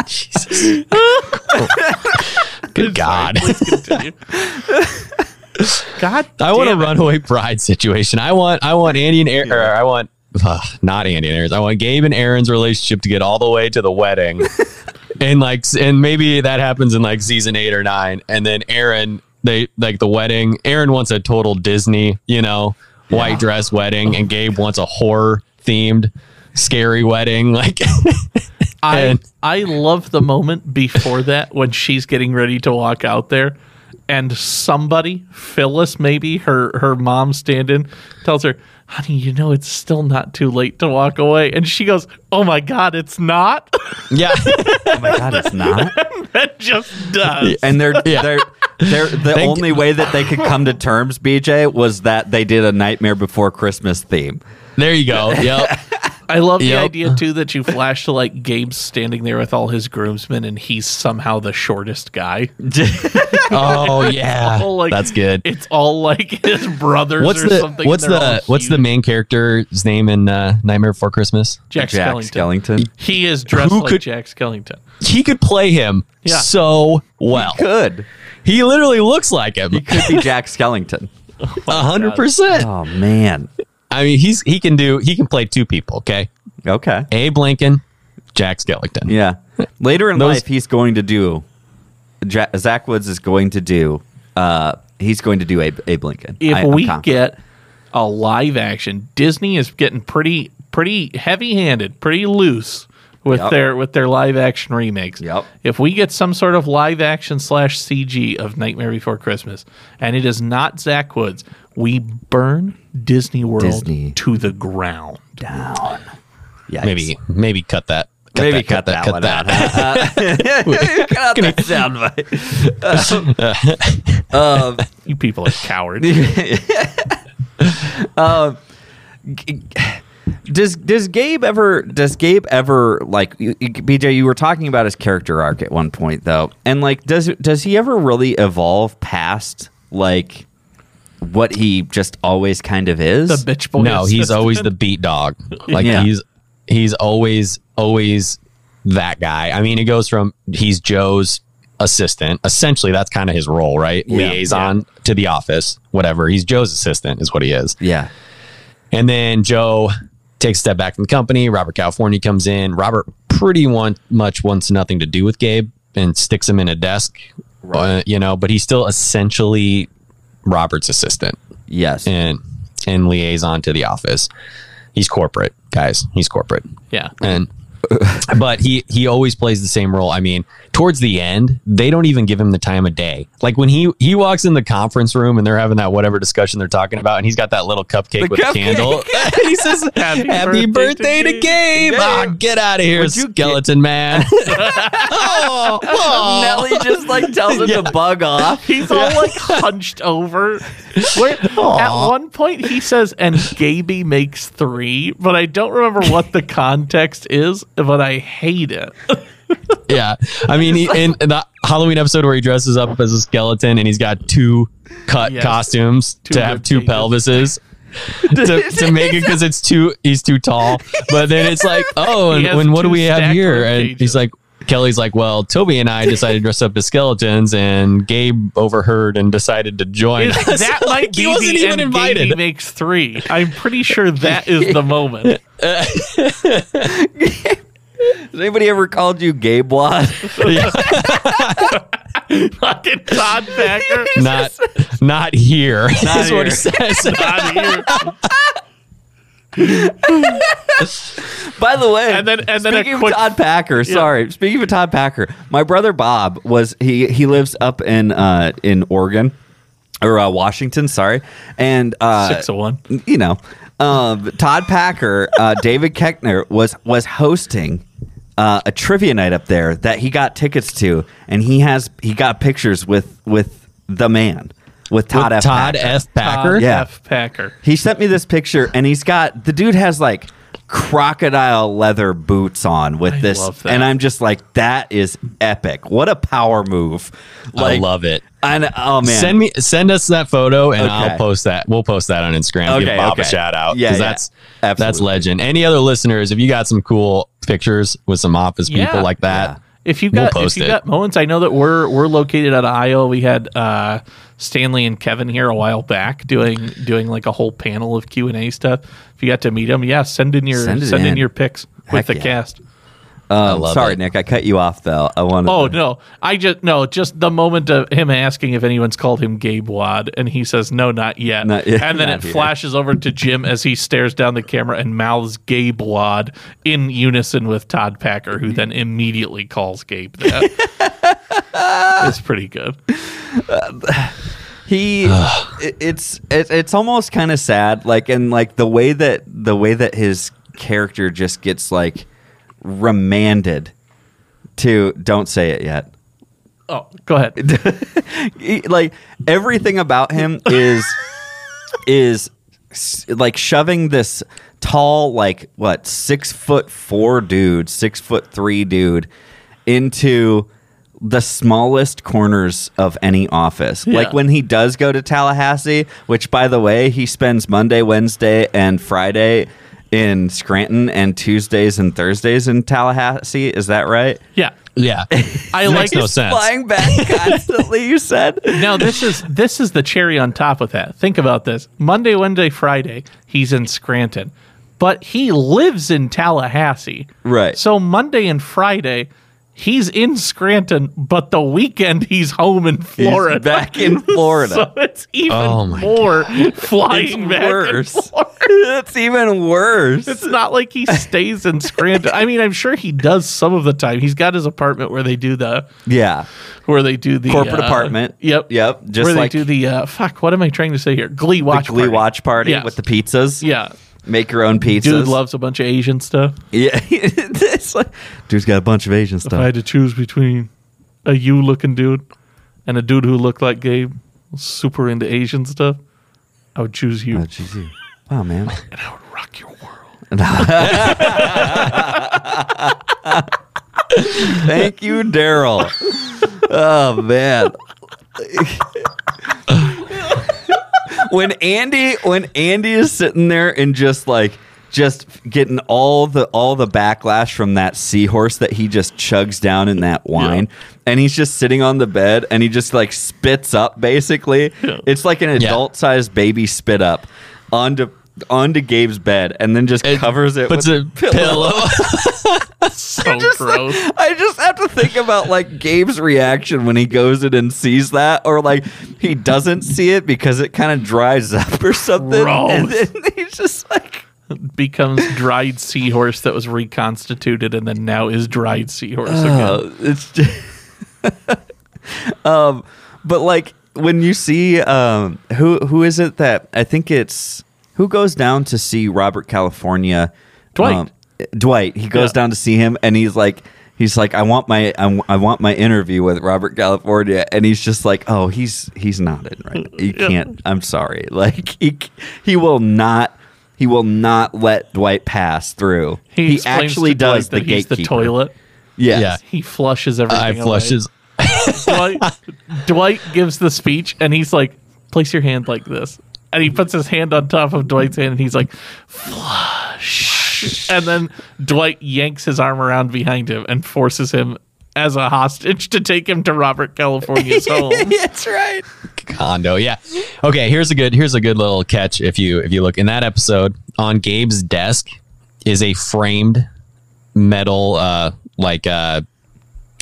Speaker 1: Jesus. Good God.
Speaker 2: Please continue. God,
Speaker 1: I want a
Speaker 2: damn it.
Speaker 1: runaway bride situation. I want I want Andy and Aaron. Or I want ugh, not Andy and Aaron's. I want Gabe and Aaron's relationship to get all the way to the wedding, and like s- and maybe that happens in like season eight or nine, and then Aaron they like the wedding. Aaron wants a total Disney, you know, white dress wedding, and Gabe wants a horror themed. Scary wedding, like
Speaker 2: I
Speaker 1: And-
Speaker 2: I love the moment before that when she's getting ready to walk out there, and somebody, Phyllis, maybe her her mom standing, tells her, "Honey, you know it's still not too late to walk away," and she goes, "Oh my God, it's not,"
Speaker 1: yeah,
Speaker 3: oh my god, it's not.
Speaker 2: and just does.
Speaker 3: and they're
Speaker 1: Yeah.
Speaker 3: they're they're the
Speaker 1: Thank-
Speaker 3: only way that they could come to terms, BJ, was that they did a Nightmare Before Christmas theme.
Speaker 1: there you go. Yep,
Speaker 2: I love
Speaker 1: Yep.
Speaker 2: the idea too that you flash to like Gabe's standing there with all his groomsmen, and he's somehow the shortest guy.
Speaker 1: oh, yeah,
Speaker 2: All, like,
Speaker 1: that's good.
Speaker 2: It's all like his brothers
Speaker 1: What's
Speaker 2: or
Speaker 1: the
Speaker 2: something.
Speaker 1: what's
Speaker 2: and they're
Speaker 1: the
Speaker 2: all
Speaker 1: what's the
Speaker 2: huge.
Speaker 1: main character's name in uh, Nightmare Before Christmas?
Speaker 2: Jack,
Speaker 3: Jack
Speaker 2: Skellington.
Speaker 3: Skellington.
Speaker 2: He is dressed
Speaker 1: Who
Speaker 2: like
Speaker 1: could-
Speaker 2: Jack Skellington.
Speaker 1: He could play him
Speaker 2: Yeah.
Speaker 1: so well.
Speaker 3: Good.
Speaker 1: He literally looks like him.
Speaker 3: He could be Jack Skellington.
Speaker 1: A hundred percent.
Speaker 3: Oh man.
Speaker 1: I mean, he's he can do he can play two people. Okay,
Speaker 3: Okay.
Speaker 1: Abe Lincoln, Jack Skellington.
Speaker 3: Yeah. Later in
Speaker 1: Those-
Speaker 3: life, he's going to do. Ja- Zach Woods is going to do. Uh, he's going to do Abe, Abe Lincoln.
Speaker 2: If
Speaker 3: I- I'm
Speaker 2: we
Speaker 3: confident.
Speaker 2: get a live action, Disney is getting pretty pretty heavy handed, pretty loose with
Speaker 3: Yep.
Speaker 2: their with their live action remakes.
Speaker 3: Yep.
Speaker 2: If we get some sort of live action slash CG of Nightmare Before Christmas, and it is not Zach Woods, we burn Disney World
Speaker 3: Disney.
Speaker 2: to the ground.
Speaker 3: Yikes.
Speaker 1: Maybe maybe cut that. Cut
Speaker 3: Maybe
Speaker 1: that,
Speaker 3: cut that, one out. huh? Uh, cut out that sound bite. Um, um,
Speaker 2: You people are cowards.
Speaker 3: G- does does Gabe ever does Gabe ever like you- you- BJ you were talking about his character arc at one point though and like does does he ever really evolve past like what he just always kind of is
Speaker 2: the bitch boy.
Speaker 1: No, he's
Speaker 2: assistant.
Speaker 1: always the beat dog. Like
Speaker 3: Yeah.
Speaker 1: he's he's always always that guy. I mean, it goes from he's Joe's assistant. Essentially, that's kind of his role, right?
Speaker 3: Yeah.
Speaker 1: Liaison to the office, whatever. He's Joe's assistant is what he is.
Speaker 3: yeah
Speaker 1: And then Joe takes a step back from the company. Robert California comes in. Robert pretty one, much wants nothing to do with Gabe and sticks him in a desk, uh, you know, but he's still essentially Robert's assistant
Speaker 3: yes
Speaker 1: and and liaison to the office. He's corporate, guys. He's corporate.
Speaker 2: yeah.
Speaker 1: And but he he always plays the same role. I mean, towards the end, they don't even give him the time of day. Like when he he walks in the conference room and they're having that whatever discussion they're talking about, and he's got that little cupcake with
Speaker 3: cupcake.
Speaker 1: a candle. he says, "Happy, birthday, to Gabe!" Ah, get out of here,
Speaker 3: Would you
Speaker 1: skeleton man. oh, oh.
Speaker 3: Nelly just like tells him to bug off
Speaker 2: He's all like hunched over. Where, at one point, he says, and Gaby makes three, but I don't remember what the context is, but I hate it.
Speaker 1: Yeah, I mean, he, in the Halloween episode where he dresses up as a skeleton and he's got two cut
Speaker 2: Yes.
Speaker 1: costumes
Speaker 2: Two
Speaker 1: to have
Speaker 2: rib
Speaker 1: two
Speaker 2: cages.
Speaker 1: pelvises to, to make it because it's too he's too tall. But then it's like, oh, and,
Speaker 2: He has
Speaker 1: and what do
Speaker 2: two
Speaker 1: we have
Speaker 2: stacked
Speaker 1: here?
Speaker 2: rib
Speaker 1: And
Speaker 2: cages.
Speaker 1: he's like, Kelly's like, well, Toby and I decided to dress up as skeletons, and Gabe overheard and decided to join.
Speaker 2: Is-
Speaker 1: us.
Speaker 2: that
Speaker 1: Like,
Speaker 2: might be the and Gaby makes three. I'm pretty sure that is the moment.
Speaker 3: has anybody ever called you Gabe Watt
Speaker 2: Fucking Todd Packer.
Speaker 1: Not, not here. Not is what he
Speaker 3: here.
Speaker 1: says.
Speaker 2: Not here.
Speaker 3: By the way,
Speaker 2: And then- and then a
Speaker 3: speaking
Speaker 2: quick-
Speaker 3: of Todd Packer, sorry, speaking of Todd Packer, my brother Bob was he he lives up in uh, in Oregon or uh, Washington, sorry, and uh,
Speaker 2: Six of one.
Speaker 3: you know, um, Todd Packer, uh, David Keckner was was hosting uh, a trivia night up there that he got tickets to, and he has he got pictures with with the man with Todd F.
Speaker 1: Todd
Speaker 3: Packer.
Speaker 1: F. Packer.
Speaker 2: Todd
Speaker 3: Yeah.
Speaker 2: F. Packer.
Speaker 3: He sent me this picture, and he's got the dude has like crocodile leather boots on with
Speaker 2: I
Speaker 3: this,
Speaker 2: love that.
Speaker 3: and I'm just like, that is epic. What a power move!
Speaker 1: I love it.
Speaker 3: And oh man,
Speaker 1: Send me send us that photo and
Speaker 3: Okay.
Speaker 1: I'll post that. We'll post that on Instagram. Give
Speaker 3: Okay,
Speaker 1: Bob a
Speaker 3: okay.
Speaker 1: shout out.
Speaker 3: Yeah,
Speaker 1: 'cause
Speaker 3: yeah.
Speaker 1: that's that's
Speaker 3: Absolutely.
Speaker 1: legend. Any other listeners, if you got some cool pictures with some office people
Speaker 2: Yeah.
Speaker 1: like that,
Speaker 2: If you
Speaker 1: We'll
Speaker 2: got
Speaker 1: post
Speaker 2: if you
Speaker 1: it.
Speaker 2: got moments, I know that we're we're located out of Iowa. We had uh, Stanley and Kevin here a while back doing doing like a whole panel of Q and A stuff. If you got to meet them, yeah, send in your
Speaker 3: Send
Speaker 2: send,
Speaker 3: it
Speaker 2: in.
Speaker 3: in.
Speaker 2: your picks
Speaker 3: Heck
Speaker 2: with the
Speaker 3: yeah.
Speaker 2: cast.
Speaker 1: I
Speaker 3: Um,
Speaker 1: love
Speaker 3: sorry,
Speaker 1: it.
Speaker 3: Nick, I cut you off though. I wanted.
Speaker 2: Oh no, I just no, just the moment of him asking if anyone's called him Gabe Wad, and he says no, not yet.
Speaker 3: Not yet.
Speaker 2: And then
Speaker 3: Not
Speaker 2: it
Speaker 3: yet.
Speaker 2: flashes over to Jim as he stares down the camera and mouths Gabe Wad in unison with Todd Packer, who then immediately calls Gabe that. it's pretty good.
Speaker 3: he it- it's it, it's almost kind of sad like and like the way that the way that his character just gets like remanded to don't say it yet
Speaker 2: Oh, go ahead.
Speaker 3: He- E, like everything about him is is s- like shoving this tall like what six foot four dude six foot three dude into the smallest corners of any office like
Speaker 2: Yeah.
Speaker 3: when he does go to tallahassee which by the way he spends monday wednesday and friday in scranton and tuesdays and thursdays in tallahassee is that right
Speaker 2: Yeah.
Speaker 1: yeah.
Speaker 2: I
Speaker 1: Makes
Speaker 2: like
Speaker 1: no
Speaker 2: this
Speaker 1: sense.
Speaker 3: flying back constantly you said
Speaker 2: Now this is this is the cherry on top of that. Think about this. Monday, Wednesday, Friday, he's in Scranton, but he lives in Tallahassee.
Speaker 3: Right.
Speaker 2: So Monday and Friday, he's in Scranton, but the weekend he's home in
Speaker 3: He's
Speaker 2: Florida.
Speaker 3: back in Florida
Speaker 2: So it's even
Speaker 1: Oh my
Speaker 2: more flying back. and
Speaker 3: worse.
Speaker 2: forth.
Speaker 3: it's even worse.
Speaker 2: It's not like he stays in Scranton. I mean, I'm sure he does some of the time. He's got his apartment where they do the
Speaker 3: yeah.
Speaker 2: where they do the
Speaker 3: Corporate
Speaker 2: uh,
Speaker 3: apartment.
Speaker 2: Yep,
Speaker 3: Yep. Just
Speaker 2: where
Speaker 3: like
Speaker 2: they do the uh, fuck. What am I trying to say here? Glee watch.
Speaker 3: the Glee
Speaker 2: party.
Speaker 3: watch party
Speaker 2: Yes.
Speaker 3: with the pizzas.
Speaker 2: Yeah,
Speaker 3: Make your own pizzas.
Speaker 2: dude loves a bunch of Asian stuff.
Speaker 3: Yeah. it's like, dude's got a bunch of Asian
Speaker 2: If I
Speaker 3: stuff.
Speaker 2: had to choose between a you looking dude and a dude who looked like Gabe, super into Asian stuff, I would choose you.
Speaker 3: Oh, geez, you- Wow, man.
Speaker 2: I would rock your world.
Speaker 3: Thank you, Daryl. oh man. when Andy when Andy is sitting there and just like just getting all the all the backlash from that seahorse that he just chugs down in that wine and he's just sitting on the bed and he just like spits up basically it's like an
Speaker 1: Yeah.
Speaker 3: adult sized baby spit up onto onto Gabe's bed and then just
Speaker 1: It
Speaker 3: covers it
Speaker 1: Puts
Speaker 3: with
Speaker 1: a pillow.
Speaker 2: So gross.
Speaker 3: I just have to think about like Gabe's reaction when he goes in and sees that, or like he doesn't see it because it kind of dries up or something,
Speaker 2: Gross.
Speaker 3: and then he's just like,
Speaker 2: Becomes dried seahorse that was reconstituted and then now is dried seahorse again.
Speaker 3: oh, it's. Just, um, but like when you see um, who who is it that I think it's who goes down to see Robert California, Um,
Speaker 2: Dwight.
Speaker 3: Dwight. He goes
Speaker 2: Yeah.
Speaker 3: down to see him, and he's like. He's like, I want my, I, w- I want my interview with Robert California, and he's just like, oh, he's he's not in right. Now. He can't. I'm sorry. Like he c- he will not he will not let Dwight pass through. He,
Speaker 2: explains
Speaker 3: actually
Speaker 2: to Dwight
Speaker 3: does the
Speaker 2: that he's
Speaker 3: gatekeeper.
Speaker 2: the toilet.
Speaker 3: Yes.
Speaker 1: Yeah.
Speaker 2: He flushes everything.
Speaker 1: I
Speaker 2: away.
Speaker 1: flushes.
Speaker 2: Dwight, Dwight gives the speech and he's like, place your hand like this. And he puts his hand on top of Dwight's hand and he's like, flush. And then Dwight yanks his arm around behind him and forces him as a hostage to take him to Robert California's home.
Speaker 3: That's right.
Speaker 1: condo. Yeah. Okay. Here's a good. Here's a good little catch. If you if you look in that episode on Gabe's desk is a framed metal uh like uh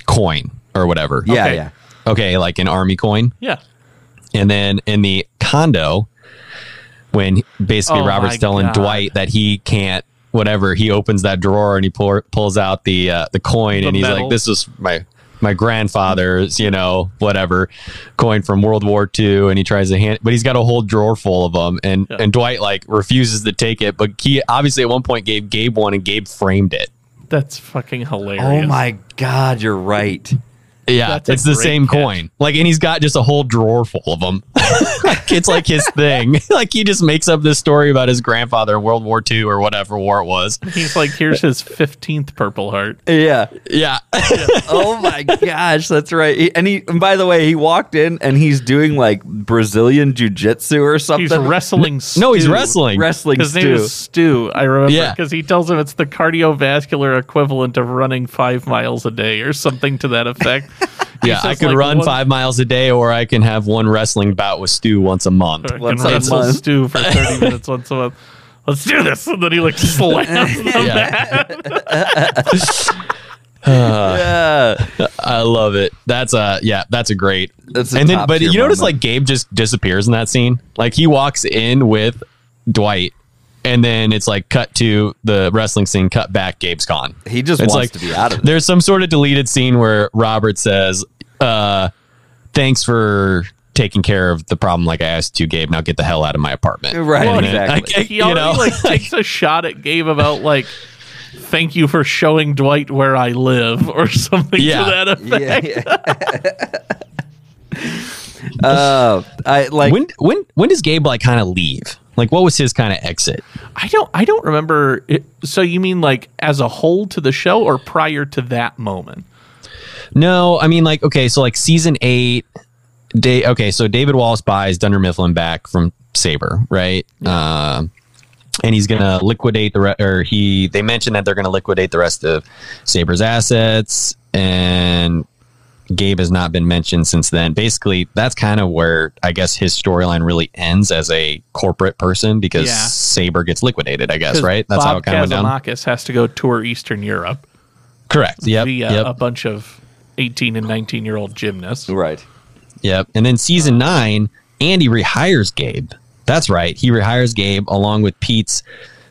Speaker 1: coin or whatever.
Speaker 3: Yeah,
Speaker 2: Okay.
Speaker 3: yeah.
Speaker 1: Okay, like an army coin,
Speaker 2: Yeah.
Speaker 1: and then in the condo, when basically
Speaker 2: Oh my
Speaker 1: Robert's telling
Speaker 2: God.
Speaker 1: Dwight that he can't. whatever, he opens that drawer and he pour, pulls out the uh, the coin
Speaker 2: The
Speaker 1: and he's
Speaker 2: medal.
Speaker 1: like, "This is my." My grandfather's, you know, whatever coin from World War II, and he tries to hand, but he's got a whole drawer full of them, and
Speaker 2: Yeah.
Speaker 1: and Dwight like refuses to take it, but he obviously at one point gave Gabe one, and Gabe framed it.
Speaker 2: That's fucking hilarious.
Speaker 3: Oh my god, you're right.
Speaker 1: Yeah,
Speaker 2: That's a
Speaker 1: it's the
Speaker 2: great
Speaker 1: same
Speaker 2: catch.
Speaker 1: coin. Like, and he's got just a whole drawer full of them. like, it's like his thing. like, he just makes up this story about his grandfather in World War II or whatever war it was.
Speaker 2: He's like, here's his fifteenth Purple Heart.
Speaker 3: Yeah.
Speaker 1: Yeah.
Speaker 3: oh my gosh, that's right. He, and he, and by the way, he walked in and he's doing like Brazilian jiu-jitsu or something.
Speaker 2: He's wrestling.
Speaker 1: no, he's
Speaker 2: Stu.
Speaker 1: wrestling.
Speaker 3: wrestling
Speaker 2: His name
Speaker 3: stew.
Speaker 2: is Stu. I remember
Speaker 1: Yeah.
Speaker 2: because he tells him it's the cardiovascular equivalent of running five miles a day or something to that effect. He
Speaker 1: yeah, I
Speaker 2: says,
Speaker 1: could
Speaker 2: like,
Speaker 1: run
Speaker 2: one-
Speaker 1: five miles a day, or I can have one wrestling bout with Stu once a month.
Speaker 2: I
Speaker 3: Once
Speaker 2: can
Speaker 3: a
Speaker 2: wrestle
Speaker 3: month.
Speaker 2: Stu for thirty minutes once a month. Let's do this, and then he like slams the
Speaker 1: Yeah.
Speaker 2: mat.
Speaker 3: Yeah.
Speaker 1: I love it. That's a yeah. That's a great.
Speaker 3: That's a
Speaker 1: and then,
Speaker 3: top
Speaker 1: but
Speaker 3: tier
Speaker 1: you notice
Speaker 3: moment.
Speaker 1: like Gabe just disappears in that scene. Like he walks in with Dwight, and then it's like cut to the wrestling scene. Cut back. Gabe's gone.
Speaker 3: He just
Speaker 1: It's
Speaker 3: wants to be out of there.
Speaker 1: There's some sort of deleted scene where Robert says, uh, "Thanks for." Taking care of the problem, like I asked you, Gabe. Now get the hell out of my apartment.
Speaker 3: Right,
Speaker 1: And then-
Speaker 3: exactly.
Speaker 1: I- I-
Speaker 2: He already
Speaker 1: you know,
Speaker 2: like takes a shot at Gabe about like, thank you for showing Dwight where I live or something
Speaker 1: Yeah.
Speaker 2: to that effect.
Speaker 3: Yeah. yeah. uh, I like
Speaker 1: when when when does Gabe like kind of leave? Like, what was his kind of exit?
Speaker 2: I don't I don't remember it, so you mean like as a whole to the show or prior to that moment?
Speaker 1: No, I mean like okay, so like season eight, day okay, so David Wallace buys Dunder Mifflin back from Saber, right? Um, and he's gonna liquidate the re- or he they mentioned that they're gonna liquidate the rest of Saber's assets, and Gabe has not been mentioned since then. Basically, that's kind of where I guess his storyline really ends as a corporate person because
Speaker 2: Yeah.
Speaker 1: Saber gets liquidated. I guess
Speaker 2: 'Cause
Speaker 1: right? That's
Speaker 2: Bob
Speaker 1: how it kind of went down.
Speaker 2: Kazimakis has to go tour Eastern Europe
Speaker 1: Correct. Yep.
Speaker 2: via
Speaker 1: yep.
Speaker 2: a bunch of 18 and 19 year old gymnasts.
Speaker 3: right.
Speaker 1: Yep. And then season nine, Andy rehires Gabe. That's right. He rehires Gabe along with Pete's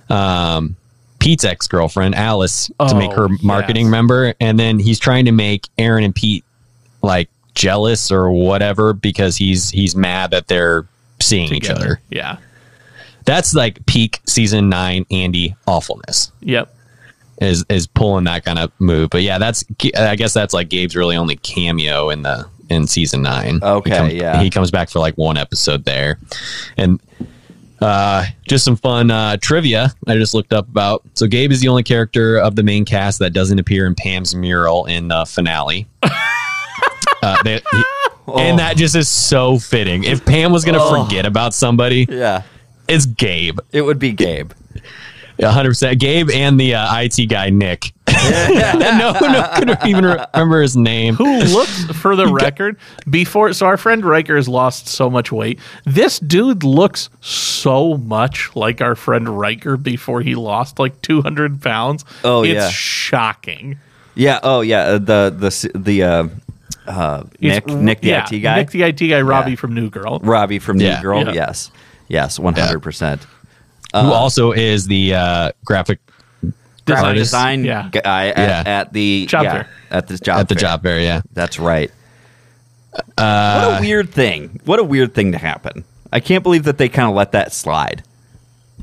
Speaker 1: um, Pete's ex girlfriend Alice to make her
Speaker 2: Oh, yes.
Speaker 1: marketing member, and then he's trying to make Aaron and Pete like jealous or whatever because he's he's mad that they're seeing each other.
Speaker 2: Yeah.
Speaker 1: That's like peak season nine Andy awfulness
Speaker 2: Yep.
Speaker 1: is is pulling that kind of move. But yeah, that's I guess that's like Gabe's really only cameo in the in season nine.
Speaker 3: Okay,
Speaker 1: He come-
Speaker 3: yeah.
Speaker 1: he comes back for like one episode there, and uh, just some fun uh, trivia I just looked up about. So Gabe is the only character of the main cast that doesn't appear in Pam's mural in the finale. uh, they, he-
Speaker 3: Oh.
Speaker 1: And that just is so fitting. If Pam was going to forget about somebody,
Speaker 3: Yeah.
Speaker 1: it's Gabe.
Speaker 3: It would be Gabe.
Speaker 1: 100%. Gabe and the uh, IT guy, Nick. no, no, could even remember his name.
Speaker 2: Who looks for the record before? So our friend Riker has lost so much weight. This dude looks so much like our friend Riker before he lost like 200 pounds.
Speaker 3: Oh,
Speaker 2: it's
Speaker 3: yeah.
Speaker 2: shocking.
Speaker 3: Yeah. Oh, yeah. uh, The the s- the uh, uh, Nick
Speaker 2: It's-
Speaker 3: Nick the
Speaker 2: yeah,
Speaker 3: IT guy,
Speaker 2: Nick the IT guy, Robbie from New Girl.
Speaker 3: Robbie from New
Speaker 1: Yeah.
Speaker 3: Girl.
Speaker 2: Yeah.
Speaker 3: Yes. Yes. One hundred percent.
Speaker 2: uh,
Speaker 1: who also is the uh, graphic
Speaker 3: Graphic
Speaker 1: Artist.
Speaker 3: design
Speaker 2: Yeah.
Speaker 3: guy at,
Speaker 1: Yeah.
Speaker 3: at the
Speaker 2: Job
Speaker 3: yeah,
Speaker 2: fair.
Speaker 3: at this job
Speaker 1: at the
Speaker 3: fair.
Speaker 1: job Uh, fair. Yeah.
Speaker 3: That's right. what a weird thing. What a weird thing to happen. I can't believe that they kind of let that slide.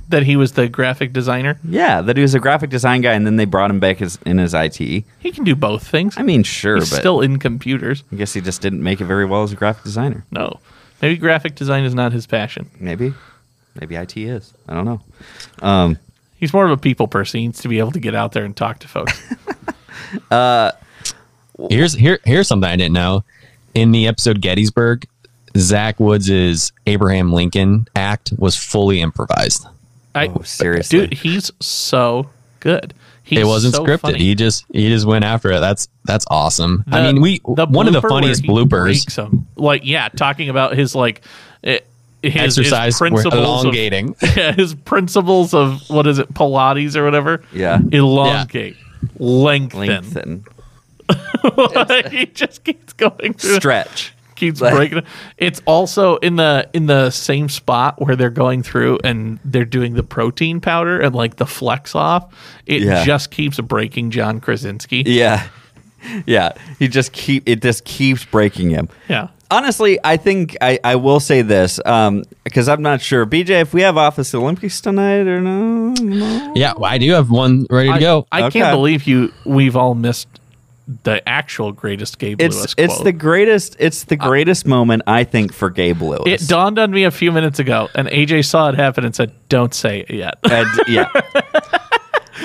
Speaker 2: That he was the graphic designer.
Speaker 3: Yeah, that he was a graphic design guy, and then they brought him back as, in his IT.
Speaker 2: He can do both things.
Speaker 3: I mean, sure,
Speaker 2: He's
Speaker 3: but
Speaker 2: still in computers.
Speaker 3: I guess he just didn't make it very well as a graphic designer.
Speaker 2: No, maybe graphic design is not his passion.
Speaker 3: Maybe, maybe IT is. I don't know. Um,
Speaker 2: He's more of a people person. He needs to be able to get out there and talk to folks.
Speaker 1: Oh, Here's here here's something I didn't know. In the episode Gettysburg, Zach Woods' Abraham Lincoln act was fully improvised.
Speaker 2: I,
Speaker 3: Oh, seriously.
Speaker 2: dude, he's so good. He's
Speaker 1: it wasn't
Speaker 2: so
Speaker 1: scripted.
Speaker 2: funny.
Speaker 1: He just he just went after it. That's that's awesome. I
Speaker 2: The-
Speaker 1: mean, we one of
Speaker 2: blooper
Speaker 1: the
Speaker 2: where
Speaker 1: funniest
Speaker 2: he
Speaker 1: bloopers.
Speaker 2: breaks 'em. Like, yeah, talking about his like eh, his, his
Speaker 1: Exercise where
Speaker 2: principles of-
Speaker 1: elongating.
Speaker 2: yeah, his principles of what is it, Pilates or whatever.
Speaker 3: Yeah.
Speaker 2: elongate, lengthen.
Speaker 3: lengthen,
Speaker 2: he just keeps going through.
Speaker 3: stretch,
Speaker 2: keeps breaking. it. It's also in the in the same spot where they're going through and they're doing the protein powder and like the flex off. It
Speaker 3: Yeah.
Speaker 2: just keeps breaking John Krasinski.
Speaker 3: Yeah. Yeah. He just keep it just keeps breaking him.
Speaker 2: Yeah.
Speaker 3: Honestly, I think I, I will say this because I'm not sure, BJ, if we have Office Olympics tonight or no. no?
Speaker 1: Yeah, well, I do have one ready to
Speaker 2: I,
Speaker 1: go.
Speaker 2: I
Speaker 3: Okay.
Speaker 2: can't believe you. We've all missed the actual greatest Gabe
Speaker 3: It's
Speaker 2: Lewis.
Speaker 3: it's
Speaker 2: quote. Uh,
Speaker 3: the greatest it's the greatest moment I think for Gabe Lewis.
Speaker 2: It dawned on me a few minutes ago, and AJ saw it happen and said, "Don't say it yet."
Speaker 3: And, yeah.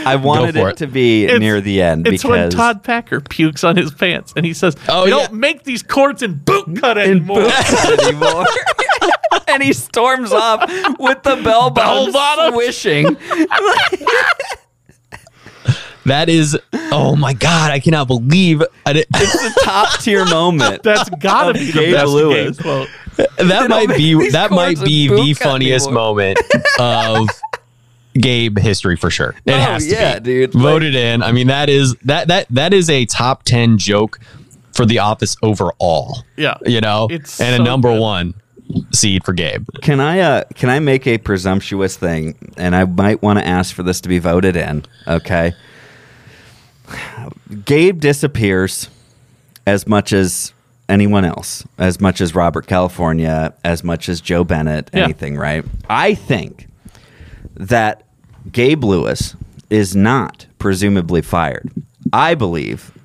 Speaker 3: I wanted it,
Speaker 1: for it.
Speaker 3: to be
Speaker 2: It's-
Speaker 3: near the end
Speaker 2: It's when
Speaker 3: because
Speaker 2: Todd Packer pukes on his pants and he says,
Speaker 1: Oh,
Speaker 2: "We
Speaker 1: yeah.
Speaker 2: don't make these cords in boot cut
Speaker 3: in
Speaker 2: anymore."
Speaker 3: boots anymore. and he storms off with the bell bottom
Speaker 2: bottom.
Speaker 3: swishing.
Speaker 1: That is, oh my god, I cannot believe I did,
Speaker 3: It's a top tier moment.
Speaker 2: That's gotta be the
Speaker 3: Gabe
Speaker 2: best
Speaker 3: Lewis.
Speaker 2: Gabe quote.
Speaker 1: that might
Speaker 3: make
Speaker 1: be
Speaker 3: these
Speaker 1: that
Speaker 3: cords
Speaker 1: might be
Speaker 3: and
Speaker 1: the
Speaker 3: boot cut
Speaker 1: funniest
Speaker 3: anymore.
Speaker 1: moment of Gabe history for sure. It
Speaker 3: Oh,
Speaker 1: has to
Speaker 3: yeah,
Speaker 1: be
Speaker 3: dude. Like-
Speaker 1: voted in. I mean, that is that that that is a top ten joke for The Office overall.
Speaker 2: Yeah.
Speaker 1: you know,
Speaker 2: It's
Speaker 1: and
Speaker 2: so
Speaker 1: a number
Speaker 2: good.
Speaker 1: one seed for Gabe.
Speaker 3: Can I uh, can I make a presumptuous thing? And I might want to ask for this to be voted in. Okay. Gabe disappears as much as anyone else, as much as Robert California, as much as Joe Bennett,
Speaker 2: Yeah.
Speaker 3: anything, right? I think that Gabe Lewis is not presumably fired. I believe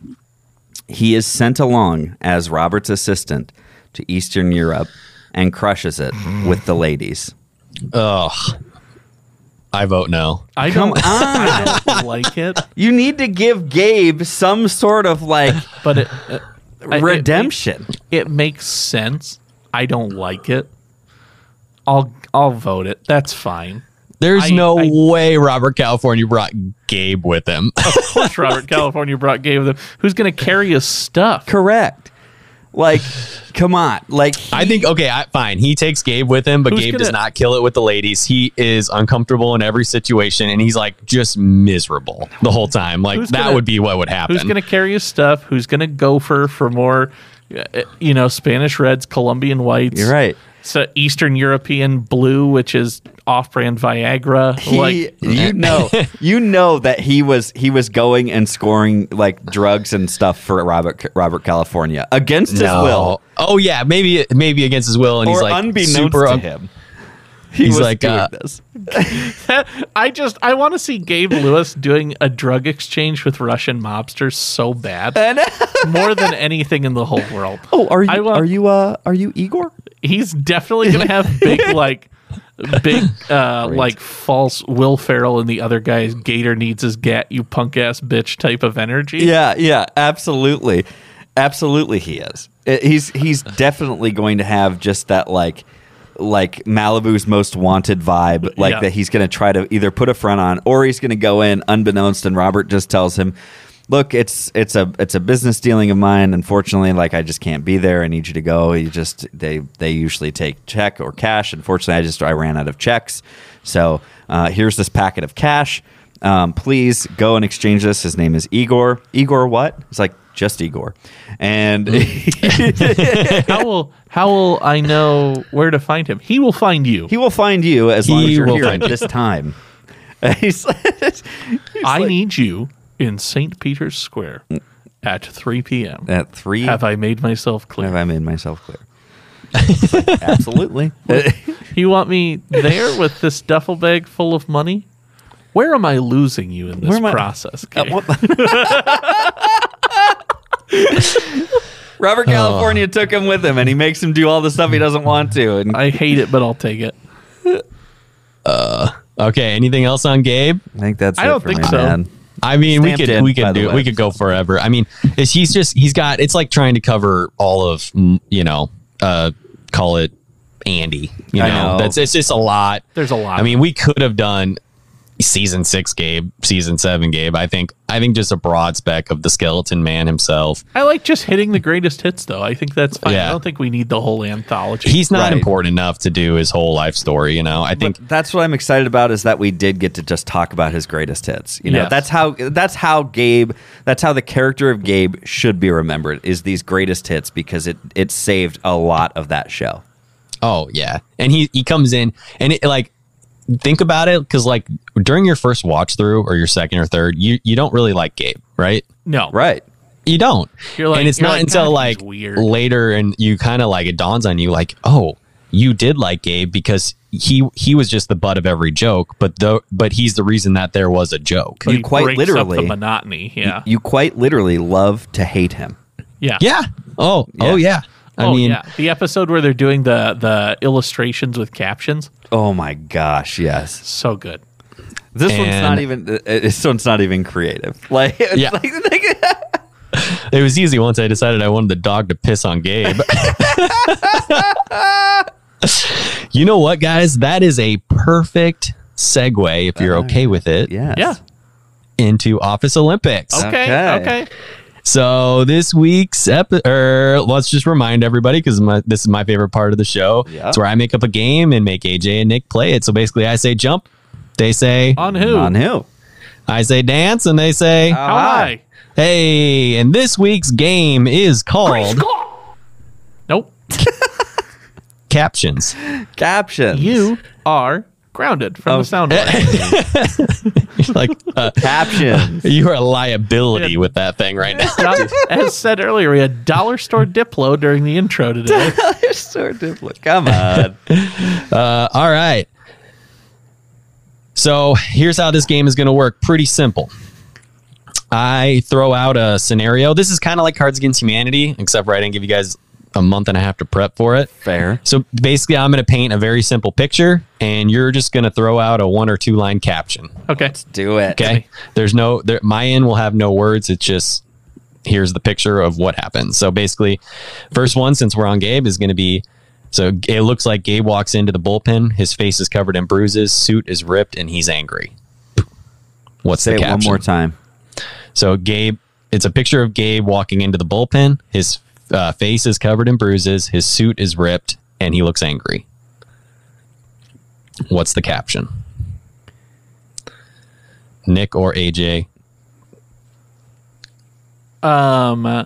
Speaker 3: he is sent along as Robert's assistant to Eastern Europe and crushes it with the ladies.
Speaker 1: Ugh, I vote no.
Speaker 2: I
Speaker 3: Come
Speaker 2: don't,
Speaker 3: on.
Speaker 2: I don't like it,
Speaker 3: You need to give Gabe some sort of like
Speaker 2: but it, uh, I- it-
Speaker 3: redemption.
Speaker 2: It, it makes sense. I don't like it. I'll I'll vote it. That's fine.
Speaker 1: There's
Speaker 2: I-
Speaker 1: no
Speaker 2: I-
Speaker 1: way Robert California brought Gabe with him.
Speaker 2: Of course, Robert California brought Gabe with him. Who's gonna carry his stuff?
Speaker 3: Correct. Like, come on. Like,
Speaker 1: I think okay, I, fine. He takes Gabe with him, but
Speaker 2: Who's
Speaker 1: Gabe does
Speaker 2: gonna-
Speaker 1: not kill it with the ladies. He is uncomfortable in every situation, and he's like just miserable the whole time. Like
Speaker 2: Who's
Speaker 1: that
Speaker 2: gonna-
Speaker 1: would be what would happen.
Speaker 2: Who's going to carry his stuff? Who's going to go for for more, uh, you know, Spanish reds, Colombian whites?
Speaker 3: you're right.
Speaker 2: So Eastern European blue, which is off-brand Viagra.
Speaker 3: He,
Speaker 2: like
Speaker 3: you know, you know that he was he was going and scoring like drugs and stuff for Robert Robert California against his
Speaker 1: No.
Speaker 3: will
Speaker 1: Oh yeah, maybe maybe against his will, and
Speaker 3: or
Speaker 1: he's like
Speaker 3: unbeknownst
Speaker 1: super.
Speaker 3: to
Speaker 1: un-
Speaker 3: him. He
Speaker 1: he's
Speaker 3: was
Speaker 1: like,
Speaker 3: doing
Speaker 1: uh,
Speaker 3: this.
Speaker 2: I just I want to see Gabe Lewis doing a drug exchange with Russian mobsters so bad,
Speaker 3: And-
Speaker 2: more than anything in the whole world.
Speaker 3: oh, are you
Speaker 2: I want-
Speaker 3: are you uh are you Igor?
Speaker 2: He's definitely going to have big like. Big, uh, like false Will Ferrell and the other guy's Gator needs his gat, you punk ass bitch type of energy.
Speaker 3: Yeah, yeah, absolutely, absolutely. He is. I- He's he's definitely going to have just that like like Malibu's most wanted vibe, like
Speaker 2: Yeah.
Speaker 3: that he's going to try to either put a front on or he's going to go in unbeknownst, and Robert just tells him. Look, it's it's a it's a business dealing of mine. Unfortunately, like I just can't be there. I need you to go. You just they they usually take check or cash. Unfortunately, I just I ran out of checks. So uh, here's this packet of cash um, please go and exchange this. His name is Igor. Igor what? It's like just Igor. And
Speaker 2: how will how will I know where to find him? He will find you.
Speaker 3: he will find you as long as
Speaker 1: He
Speaker 3: you're
Speaker 1: will
Speaker 3: here at
Speaker 1: find you.
Speaker 3: this time. He's like-
Speaker 2: I
Speaker 3: like-
Speaker 2: need you in St. Peter's Square at 3 p.m.
Speaker 3: at three.
Speaker 2: Have I made myself
Speaker 3: have
Speaker 2: clear?
Speaker 3: I made myself clear? It's like, absolutely.
Speaker 2: You want me there with this duffel bag full of money? Where am I losing you in this
Speaker 3: Where am I-
Speaker 2: process?
Speaker 3: Uh,
Speaker 2: Gabe?
Speaker 3: what- Robert California took him with him, and he makes him do all the stuff he doesn't want to. And I
Speaker 2: I hate it, but I'll take it.
Speaker 1: Okay, anything else on Gabe?
Speaker 3: think that's.
Speaker 2: I
Speaker 3: it
Speaker 2: don't
Speaker 3: for
Speaker 2: think
Speaker 3: my
Speaker 2: so.
Speaker 3: man.
Speaker 1: I mean,
Speaker 3: Stamped
Speaker 1: we could
Speaker 3: in,
Speaker 1: we
Speaker 3: by
Speaker 1: could
Speaker 3: the
Speaker 1: do
Speaker 3: way.
Speaker 1: we could go forever. I mean, it's, he's just he's got it's like trying to cover all of mm, you know, uh, call it Andy. You
Speaker 3: I
Speaker 1: know,
Speaker 3: know.
Speaker 1: that's it's just a lot.
Speaker 2: There's a lot.
Speaker 1: I mean, we could have done season six Gabe, season seven Gabe. I think I think just a broad spec of the skeleton man himself.
Speaker 2: I like just hitting the greatest hits, though. I think that's fine.
Speaker 1: Yeah.
Speaker 2: I don't think we need the whole anthology.
Speaker 1: He's not
Speaker 3: Right.
Speaker 1: important enough to do his whole life story, you know. I think
Speaker 3: But that's what I'm excited about is that we did get to just talk about his greatest hits. You know,
Speaker 2: Yes.
Speaker 3: that's how that's how Gabe, that's how the character of Gabe should be remembered is these greatest hits because it it saved a lot of that show.
Speaker 1: Oh yeah, and he he comes in and it like think about it because like during your first watch through or your second or third, you you don't really like Gabe, right?
Speaker 2: no,
Speaker 3: Right.
Speaker 1: You don't.
Speaker 2: You're like-
Speaker 1: and it's
Speaker 2: you're
Speaker 1: not
Speaker 2: like,
Speaker 1: until
Speaker 2: "God,
Speaker 1: like
Speaker 2: he's weird."
Speaker 1: later, and you kind of like it dawns on you like, oh, you did like Gabe because he he was just the butt of every joke, but though but he's the reason that there was a joke.
Speaker 3: You
Speaker 2: He
Speaker 3: quite
Speaker 2: breaks up
Speaker 3: literally-
Speaker 2: the monotony. Yeah,
Speaker 3: You quite literally love to hate him.
Speaker 2: yeah,
Speaker 1: yeah. Oh oh yeah. I
Speaker 2: oh
Speaker 1: mean,
Speaker 2: yeah, the episode where they're doing the the illustrations with captions,
Speaker 3: Oh my gosh, yes.
Speaker 2: so good.
Speaker 3: This one's
Speaker 1: And-
Speaker 3: not even uh, uh, this one's not even creative. Like, it's
Speaker 1: Yeah.
Speaker 3: like-
Speaker 1: it was easy once I decided I wanted the dog to piss on Gabe. you know what, guys? That is a perfect segue, if you're okay with it,
Speaker 3: yes.
Speaker 2: Yeah.
Speaker 1: into Office Olympics.
Speaker 2: Okay,
Speaker 3: Okay.
Speaker 2: okay.
Speaker 1: So this week's episode, er, let's just remind everybody because this is my favorite part of the show.
Speaker 3: Yeah.
Speaker 1: It's where I make up a game and make AJ and Nick play it. So basically, I say jump, they say
Speaker 2: On who?
Speaker 3: On who?
Speaker 1: I say dance, and they say
Speaker 2: How high?
Speaker 1: hey. And this week's game is called
Speaker 2: Nope.
Speaker 1: captions.
Speaker 3: Captions.
Speaker 2: You are grounded
Speaker 3: Oh.
Speaker 2: from the soundboard.
Speaker 1: like uh,
Speaker 3: captions.
Speaker 1: you are a liability
Speaker 2: Yeah.
Speaker 1: with that thing right now.
Speaker 2: Now, As said earlier, we had dollar store Diplo during the intro today.
Speaker 3: They're so different. Come on.
Speaker 1: Uh, all right. So here's how this game is going to work. Pretty simple. I throw out a scenario. This is kind of like Cards Against Humanity, except for I didn't give you guys a month and a half to prep for it.
Speaker 3: Fair.
Speaker 1: So basically, I'm going to paint a very simple picture, and you're just going to throw out a one or two line caption.
Speaker 2: Okay.
Speaker 3: Do it.
Speaker 1: Okay. There's no there, my end will have no words. It's just here's the picture of what happened. So basically, first one since we're on Gabe is going to be so it looks like Gabe walks into the bullpen. His face is covered in bruises, suit is ripped, and he's angry. What's the
Speaker 3: Say it one
Speaker 1: caption?
Speaker 3: more time.
Speaker 1: So Gabe, it's a picture of Gabe walking into the bullpen. His uh, face is covered in bruises. His suit is ripped, and he looks angry. What's the caption? Nick or AJ?
Speaker 2: Um, uh,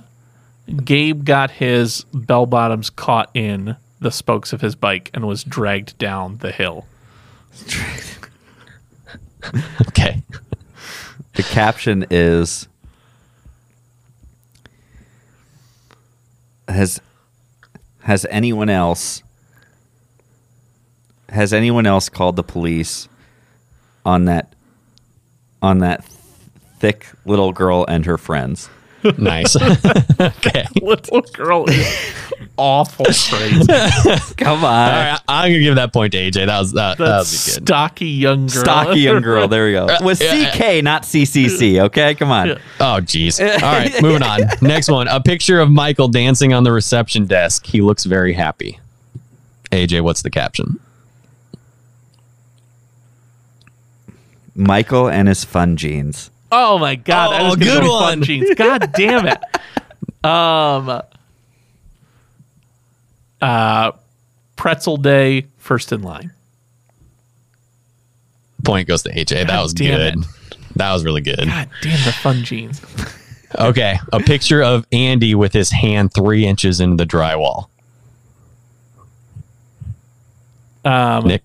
Speaker 2: Gabe got his bell bottoms caught in the spokes of his bike and was dragged down the hill.
Speaker 1: Okay.
Speaker 3: The caption is has has anyone else has anyone else called the police on that on that thick little girl and her friends?
Speaker 1: Nice. okay.
Speaker 2: Little girl is awful phrase. The
Speaker 3: Come
Speaker 1: All
Speaker 3: on.
Speaker 1: right, I- I'm gonna give that point to AJ. That was that, that was good.
Speaker 2: stocky young girl.
Speaker 3: Stocky young girl. There we go. With
Speaker 1: Uh, yeah,
Speaker 3: CK, not CCC. Okay, come on.
Speaker 1: Oh geez. All right, moving on. Next one. A picture of Michael dancing on the reception desk. He looks very happy. AJ, what's the caption?
Speaker 3: Michael and his fun jeans.
Speaker 2: Oh my god! I
Speaker 1: Oh,
Speaker 2: was gonna
Speaker 1: good
Speaker 2: go
Speaker 1: one.
Speaker 2: Fun jeans. God damn it. Um. Uh, pretzel day first in line.
Speaker 1: Point goes to AJ. that
Speaker 2: God
Speaker 1: was
Speaker 2: damn
Speaker 1: good.
Speaker 2: it.
Speaker 1: That was really good.
Speaker 2: God damn the fun jeans.
Speaker 1: Okay. A picture of Andy with his hand three inches into the drywall.
Speaker 2: Um,
Speaker 1: Nick.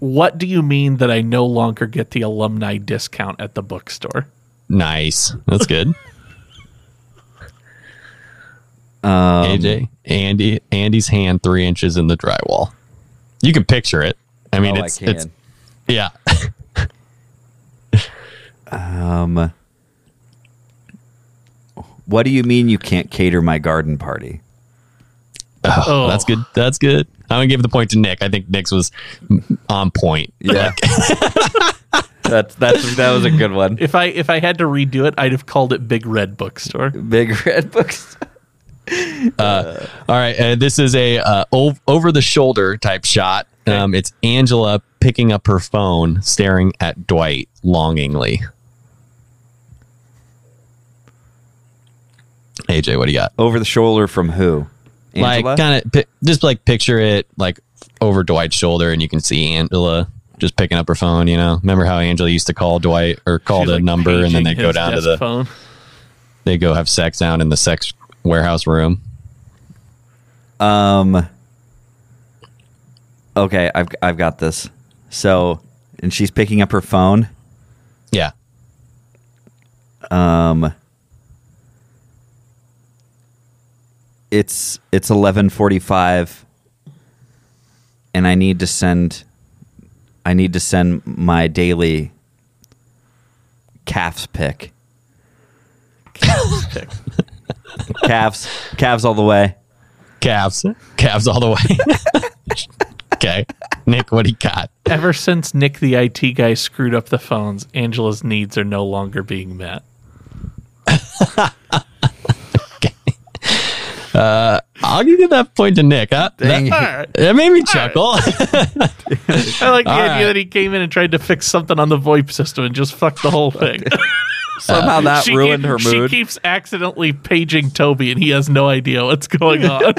Speaker 2: what do you mean that I no longer get the alumni discount at the bookstore?
Speaker 1: Nice. That's good. AJ, Andy, Andy's hand three inches in the drywall. You can picture it. I mean,
Speaker 3: Oh,
Speaker 1: it's, it's, yeah.
Speaker 3: Um, what do you mean you can't cater my garden party?
Speaker 2: Oh.
Speaker 1: That's good. That's good. I'm gonna give the point to Nick. I think Nick's was on point.
Speaker 3: Yeah, that's that's that was a good one.
Speaker 2: If I if I had to redo it, I'd have called it Big Red Bookstore.
Speaker 3: Big red books.
Speaker 1: All right, uh, this is a uh, ov- over the shoulder type shot. Um, it's Angela picking up her phone, staring at Dwight longingly. AJ, what do you got?
Speaker 3: Over the shoulder from who? Angela?
Speaker 1: Like, kind of pi- just like picture it like over Dwight's shoulder, and you can see Angela just picking up her phone. You know, remember how Angela used to call Dwight or call
Speaker 2: She's,
Speaker 1: the
Speaker 2: like,
Speaker 1: number, and then
Speaker 2: paging
Speaker 1: they go
Speaker 2: his
Speaker 1: down to
Speaker 2: desk
Speaker 1: the
Speaker 2: phone.
Speaker 1: they go have sex down in the sex warehouse room.
Speaker 3: Um. Okay, I've I've got this. So, and she's picking up her phone.
Speaker 1: Yeah,
Speaker 3: Um. It's it's eleven forty five, and I need to send. I need to send my daily calves pick. calves, calves all the way.
Speaker 1: calves, calves all the way. okay, Nick, what do you got?
Speaker 2: Ever since Nick the IT guy screwed up the phones, Angela's needs are no longer being met.
Speaker 1: I'll give that point to Nick. Huh? That,
Speaker 3: Dang it.
Speaker 2: All right.
Speaker 1: that made me chuckle.
Speaker 2: I like the
Speaker 1: All
Speaker 2: idea
Speaker 1: right.
Speaker 2: that he came in and tried to fix something on the VoIP system and just fucked the whole thing.
Speaker 3: Somehow that
Speaker 2: She
Speaker 3: ruined
Speaker 2: keep-
Speaker 3: her mood.
Speaker 2: She keeps accidentally paging Toby, and he has no idea what's going on.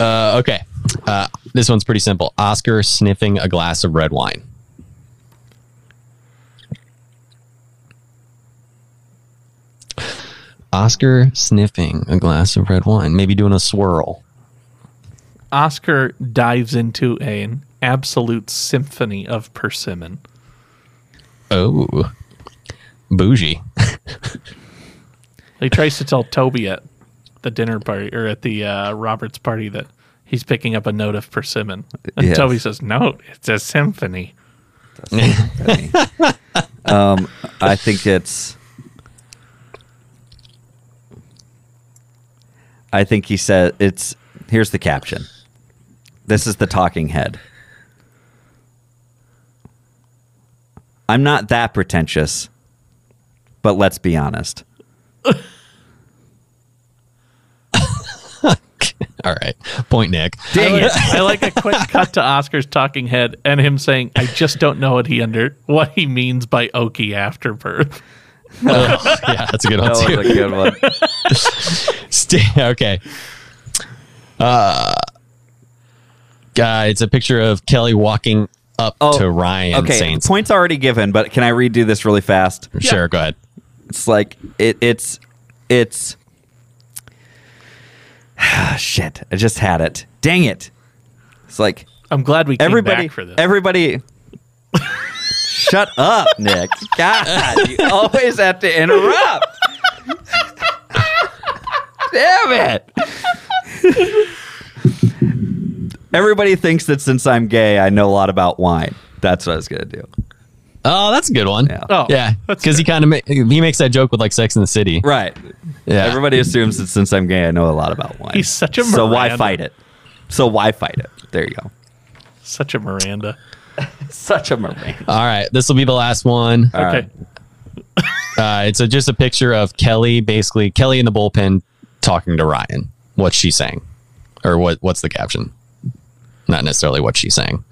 Speaker 1: Uh, okay, uh, this one's pretty simple. Oscar sniffing a glass of red wine. Oscar sniffing a glass of red wine, maybe doing a swirl.
Speaker 2: Oscar dives into an absolute symphony of persimmon.
Speaker 1: Oh, bougie.
Speaker 2: He tries to tell Toby at the dinner party or at the uh, Roberts party that he's picking up a note of persimmon, and
Speaker 3: Yes.
Speaker 2: Toby says, "No, it's a symphony."
Speaker 3: um, I think it's. I think he said it's. Here's the caption. This is the talking head. I'm not that pretentious, but let's be honest.
Speaker 1: All right, point Nick.
Speaker 2: I like, I like a quick cut to Oscar's talking head and him saying, "I just don't know what he under what he means by Okie afterbirth."
Speaker 1: Oh, yeah, that's a good one too.
Speaker 3: good one.
Speaker 1: Stay, okay. Uh, uh, it's a picture of Kelly walking up
Speaker 3: Oh,
Speaker 1: to Ryan
Speaker 3: Okay,
Speaker 1: Saints.
Speaker 3: points already given, but can I redo this really fast?
Speaker 1: Sure, go ahead.
Speaker 3: It's like it, it's it's shit. I just had it. Dang it! It's like
Speaker 2: I'm glad we came
Speaker 3: everybody,
Speaker 2: back for this.
Speaker 3: everybody. Shut up, Nick. God, you always have to interrupt. Damn it. Everybody thinks that since I'm gay, I know a lot about wine. That's what I was going to do.
Speaker 1: Oh, that's a good one.
Speaker 3: Yeah.
Speaker 2: Oh,
Speaker 1: yeah,
Speaker 2: that's
Speaker 1: because he kind of ma- he makes that joke with like Sex in the City.
Speaker 3: Right.
Speaker 1: Yeah.
Speaker 3: Everybody assumes that since I'm gay, I know a lot about wine.
Speaker 2: He's such a
Speaker 3: So why
Speaker 2: Miranda.
Speaker 3: fight it? So why fight it? There you go.
Speaker 2: Such a Miranda.
Speaker 3: Such a Miranda.
Speaker 1: All right, this will be the last one.
Speaker 3: All
Speaker 2: okay.
Speaker 3: right.
Speaker 1: Uh, it's a, just a picture of Kelly, basically Kelly in the bullpen talking to Ryan. What's she saying, or what? What's the caption? Not necessarily what she's saying.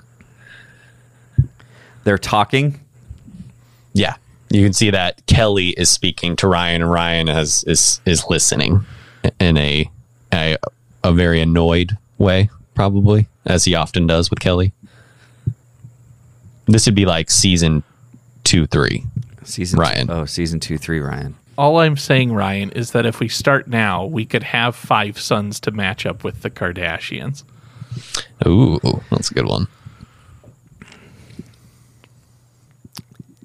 Speaker 3: They're talking.
Speaker 1: Yeah, you can see that Kelly is speaking to Ryan, and Ryan has is is listening in a a, a very annoyed way, probably as he often does with Kelly. This would be like season two, three.
Speaker 3: Season
Speaker 1: Ryan.
Speaker 3: Two, oh, season two, three, Ryan.
Speaker 2: All I'm saying, Ryan, is that if we start now, we could have five sons to match up with the Kardashians.
Speaker 1: Ooh, that's a good one.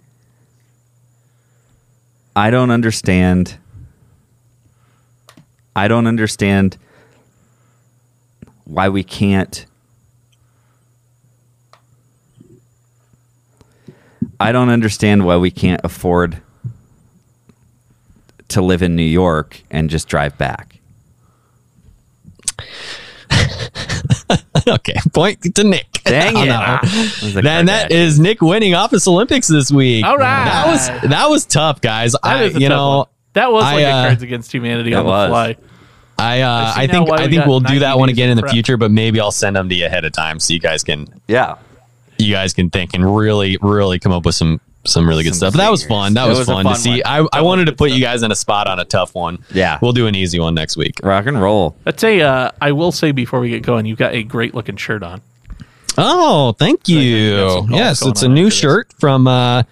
Speaker 3: I don't understand. I don't understand why we can't. I don't understand why we can't afford to live in New York and just drive back.
Speaker 1: okay, point to Nick.
Speaker 3: Dang
Speaker 1: On
Speaker 3: it.
Speaker 2: Ah,
Speaker 1: that one.
Speaker 3: It was a
Speaker 1: Then that
Speaker 3: Kardashian.
Speaker 1: is Nick winning Office Olympics this week.
Speaker 2: All right.
Speaker 1: that was that was tough, guys.
Speaker 2: That
Speaker 1: I,
Speaker 2: is a
Speaker 1: you
Speaker 2: tough
Speaker 1: know,
Speaker 2: one. that was
Speaker 1: I,
Speaker 2: like
Speaker 1: uh,
Speaker 2: a Cards Against Humanity
Speaker 3: That
Speaker 2: on the
Speaker 3: was.
Speaker 2: fly.
Speaker 1: I uh,
Speaker 2: I see
Speaker 1: I
Speaker 2: now
Speaker 1: think
Speaker 2: why
Speaker 1: I
Speaker 2: we
Speaker 1: think
Speaker 2: got
Speaker 1: we'll do
Speaker 2: 90
Speaker 1: that one
Speaker 2: days
Speaker 1: again
Speaker 2: of
Speaker 1: in the
Speaker 2: prep.
Speaker 1: future, but maybe I'll send them to you ahead of time so you guys can
Speaker 3: yeah.
Speaker 1: you guys can think and really, really come up with some some really good
Speaker 3: Some
Speaker 1: stuff. But that was
Speaker 3: figures.
Speaker 1: fun. That
Speaker 3: It
Speaker 1: was,
Speaker 3: was a
Speaker 1: fun,
Speaker 3: fun
Speaker 1: to see.
Speaker 3: one.
Speaker 1: I, I wanted to put you guys in a spot on a tough one.
Speaker 3: Yeah.
Speaker 1: We'll do an easy one next week.
Speaker 3: Rock and roll.
Speaker 2: That's a. Uh, I will say before we get going, you've got a great looking shirt on.
Speaker 1: Oh, thank
Speaker 2: got
Speaker 1: you.
Speaker 2: some golf
Speaker 1: Yes,
Speaker 2: going
Speaker 1: it's a
Speaker 2: on
Speaker 1: new
Speaker 2: after this.
Speaker 1: shirt from uh,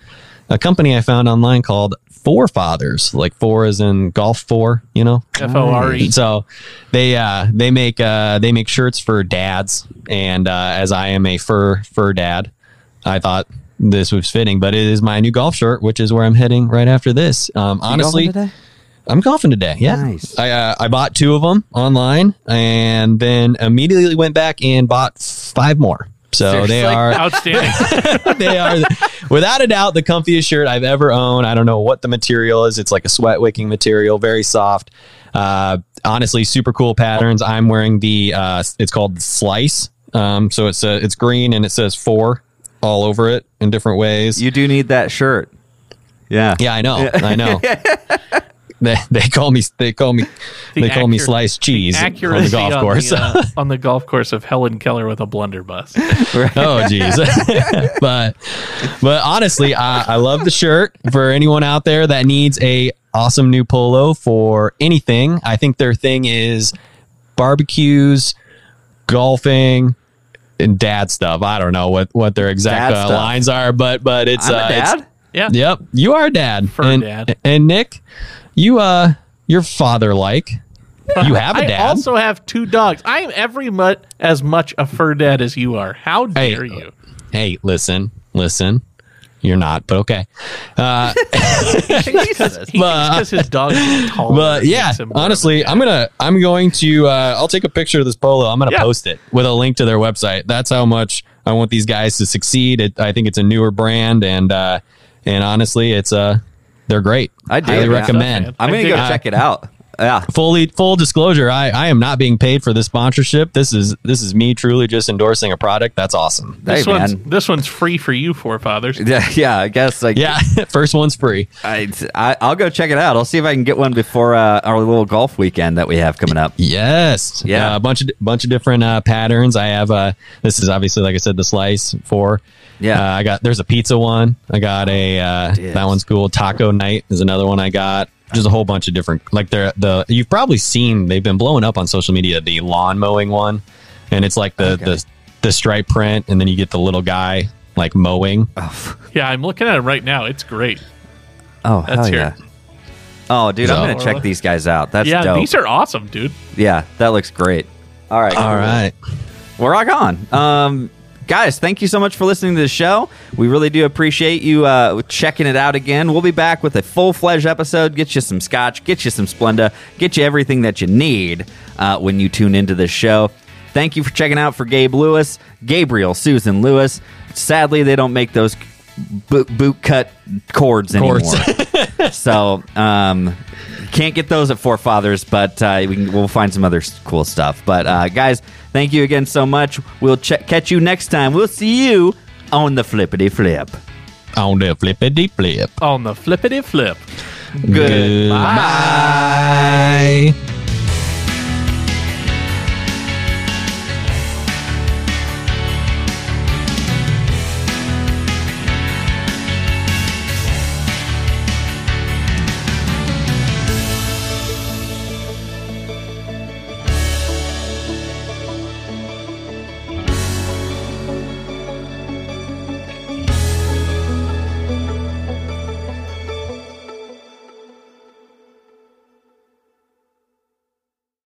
Speaker 1: a company I found online called Forefathers. Like four is in golf four, you know.
Speaker 2: F O R E.
Speaker 1: So they uh, they make uh, they make shirts for dads, and uh, as I am a fur fur dad, I thought this was fitting. But it is my new golf shirt, which is where I'm heading right after this. Um, honestly, I'm golfing today. Yeah,
Speaker 3: Nice.
Speaker 1: I uh, I bought two of them online, and then immediately went back and bought five more. So they
Speaker 3: Seriously?
Speaker 1: are
Speaker 2: Outstanding.
Speaker 1: they are without a doubt the comfiest shirt I've ever owned. I don't know what the material is. It's like a sweat wicking material, very soft. Uh, honestly, super cool patterns. I'm wearing the uh, it's called Slice. Um, so it's uh, it's green and it says four all over it in different ways.
Speaker 3: you do need that shirt. Yeah.
Speaker 1: yeah, I know, I know. They, they call me they call me
Speaker 2: The
Speaker 1: they call me
Speaker 2: accur-
Speaker 1: sliced cheese on
Speaker 2: Accuracy
Speaker 1: the golf course.
Speaker 2: uh, on the golf course of Helen Keller with a blunderbuss.
Speaker 1: oh geez but but honestly I, I love the shirt for anyone out there that needs a awesome new polo for anything i think their thing is barbecues golfing and dad stuff i don't know what what their exact
Speaker 3: Dad
Speaker 1: uh,
Speaker 3: stuff.
Speaker 1: lines are but but it's
Speaker 3: I'm
Speaker 1: uh
Speaker 3: a
Speaker 1: it's-
Speaker 3: dad.
Speaker 2: Yeah.
Speaker 1: yep you are a dad
Speaker 2: For
Speaker 1: and
Speaker 2: dad.
Speaker 1: and nick you uh you're father like you have a
Speaker 2: Uh, I
Speaker 1: dad
Speaker 2: also have two dogs. I am every much as much a fur dad as you are. How
Speaker 1: Hey,
Speaker 2: dare you?
Speaker 1: hey listen listen you're not but okay
Speaker 2: Because
Speaker 1: But-
Speaker 2: his dog is taller.
Speaker 1: But
Speaker 2: It
Speaker 1: yeah,
Speaker 2: makes him more of a
Speaker 1: honestly,
Speaker 2: dad.
Speaker 1: I'm gonna I'm going to uh, I'll take a picture of this polo. I'm gonna
Speaker 2: Yeah.
Speaker 1: post it with a link to their website. That's how much I want these guys to succeed. It, I think it's a newer brand, and uh, and honestly, it's uh they're great.
Speaker 3: I dig
Speaker 1: highly
Speaker 3: it, man.
Speaker 1: recommend.
Speaker 2: Stuff,
Speaker 3: I'm
Speaker 2: man. I
Speaker 3: gonna
Speaker 2: dig
Speaker 3: go
Speaker 2: it.
Speaker 3: check it out. Yeah.
Speaker 1: Fully full disclosure, I, I am not being paid for this sponsorship. This is this is me truly just endorsing a product. That's awesome.
Speaker 2: This
Speaker 3: Hey,
Speaker 2: one's
Speaker 3: man.
Speaker 2: this one's free for you forefathers.
Speaker 3: Yeah, yeah, I guess like
Speaker 1: Yeah, first one's free.
Speaker 3: I, I I'll go check it out. I'll see if I can get one before uh, our little golf weekend that we have coming up.
Speaker 1: Yes.
Speaker 3: Yeah.
Speaker 1: Uh, a bunch of bunch of different uh, patterns. I have uh this is obviously like I said the slice four.
Speaker 3: Yeah. Oh,
Speaker 1: Uh, I got there's a pizza one. I got a uh,
Speaker 3: Dude.
Speaker 1: that one's cool. Taco night is another one I got. Just a whole bunch of different like they're the you've probably seen they've been blowing up on social media the lawn mowing one, and it's like the
Speaker 3: Okay.
Speaker 1: the the stripe print, and then you get the little guy like mowing.
Speaker 2: Yeah, I'm looking at it right now. It's great.
Speaker 3: Oh hell
Speaker 2: That's your-
Speaker 3: yeah! Oh dude,
Speaker 1: So-
Speaker 3: I'm gonna check these guys out. That's
Speaker 2: yeah,
Speaker 3: dope.
Speaker 2: these are awesome, dude.
Speaker 3: yeah, that looks great. All right,
Speaker 1: All right.
Speaker 3: we're rock on. Um, guys, thank you so much for listening to the show. We really do appreciate you uh, checking it out again. We'll be back with a full fledged episode. Get you some scotch, get you some Splenda, get you everything that you need uh, when you tune into this show. Thank you for checking out for Gabe Lewis, Gabriel, Susan Lewis. Sadly, they don't make those boot, boot cut cords anymore.
Speaker 1: Cords.
Speaker 3: so um, can't get those at forefathers but uh, we can, we'll find some other s- cool stuff but uh, guys thank you again so much we'll che- catch you next time we'll see you on the flippity flip
Speaker 1: On the flippity flip.
Speaker 2: On the flippity flip.
Speaker 1: Goodbye.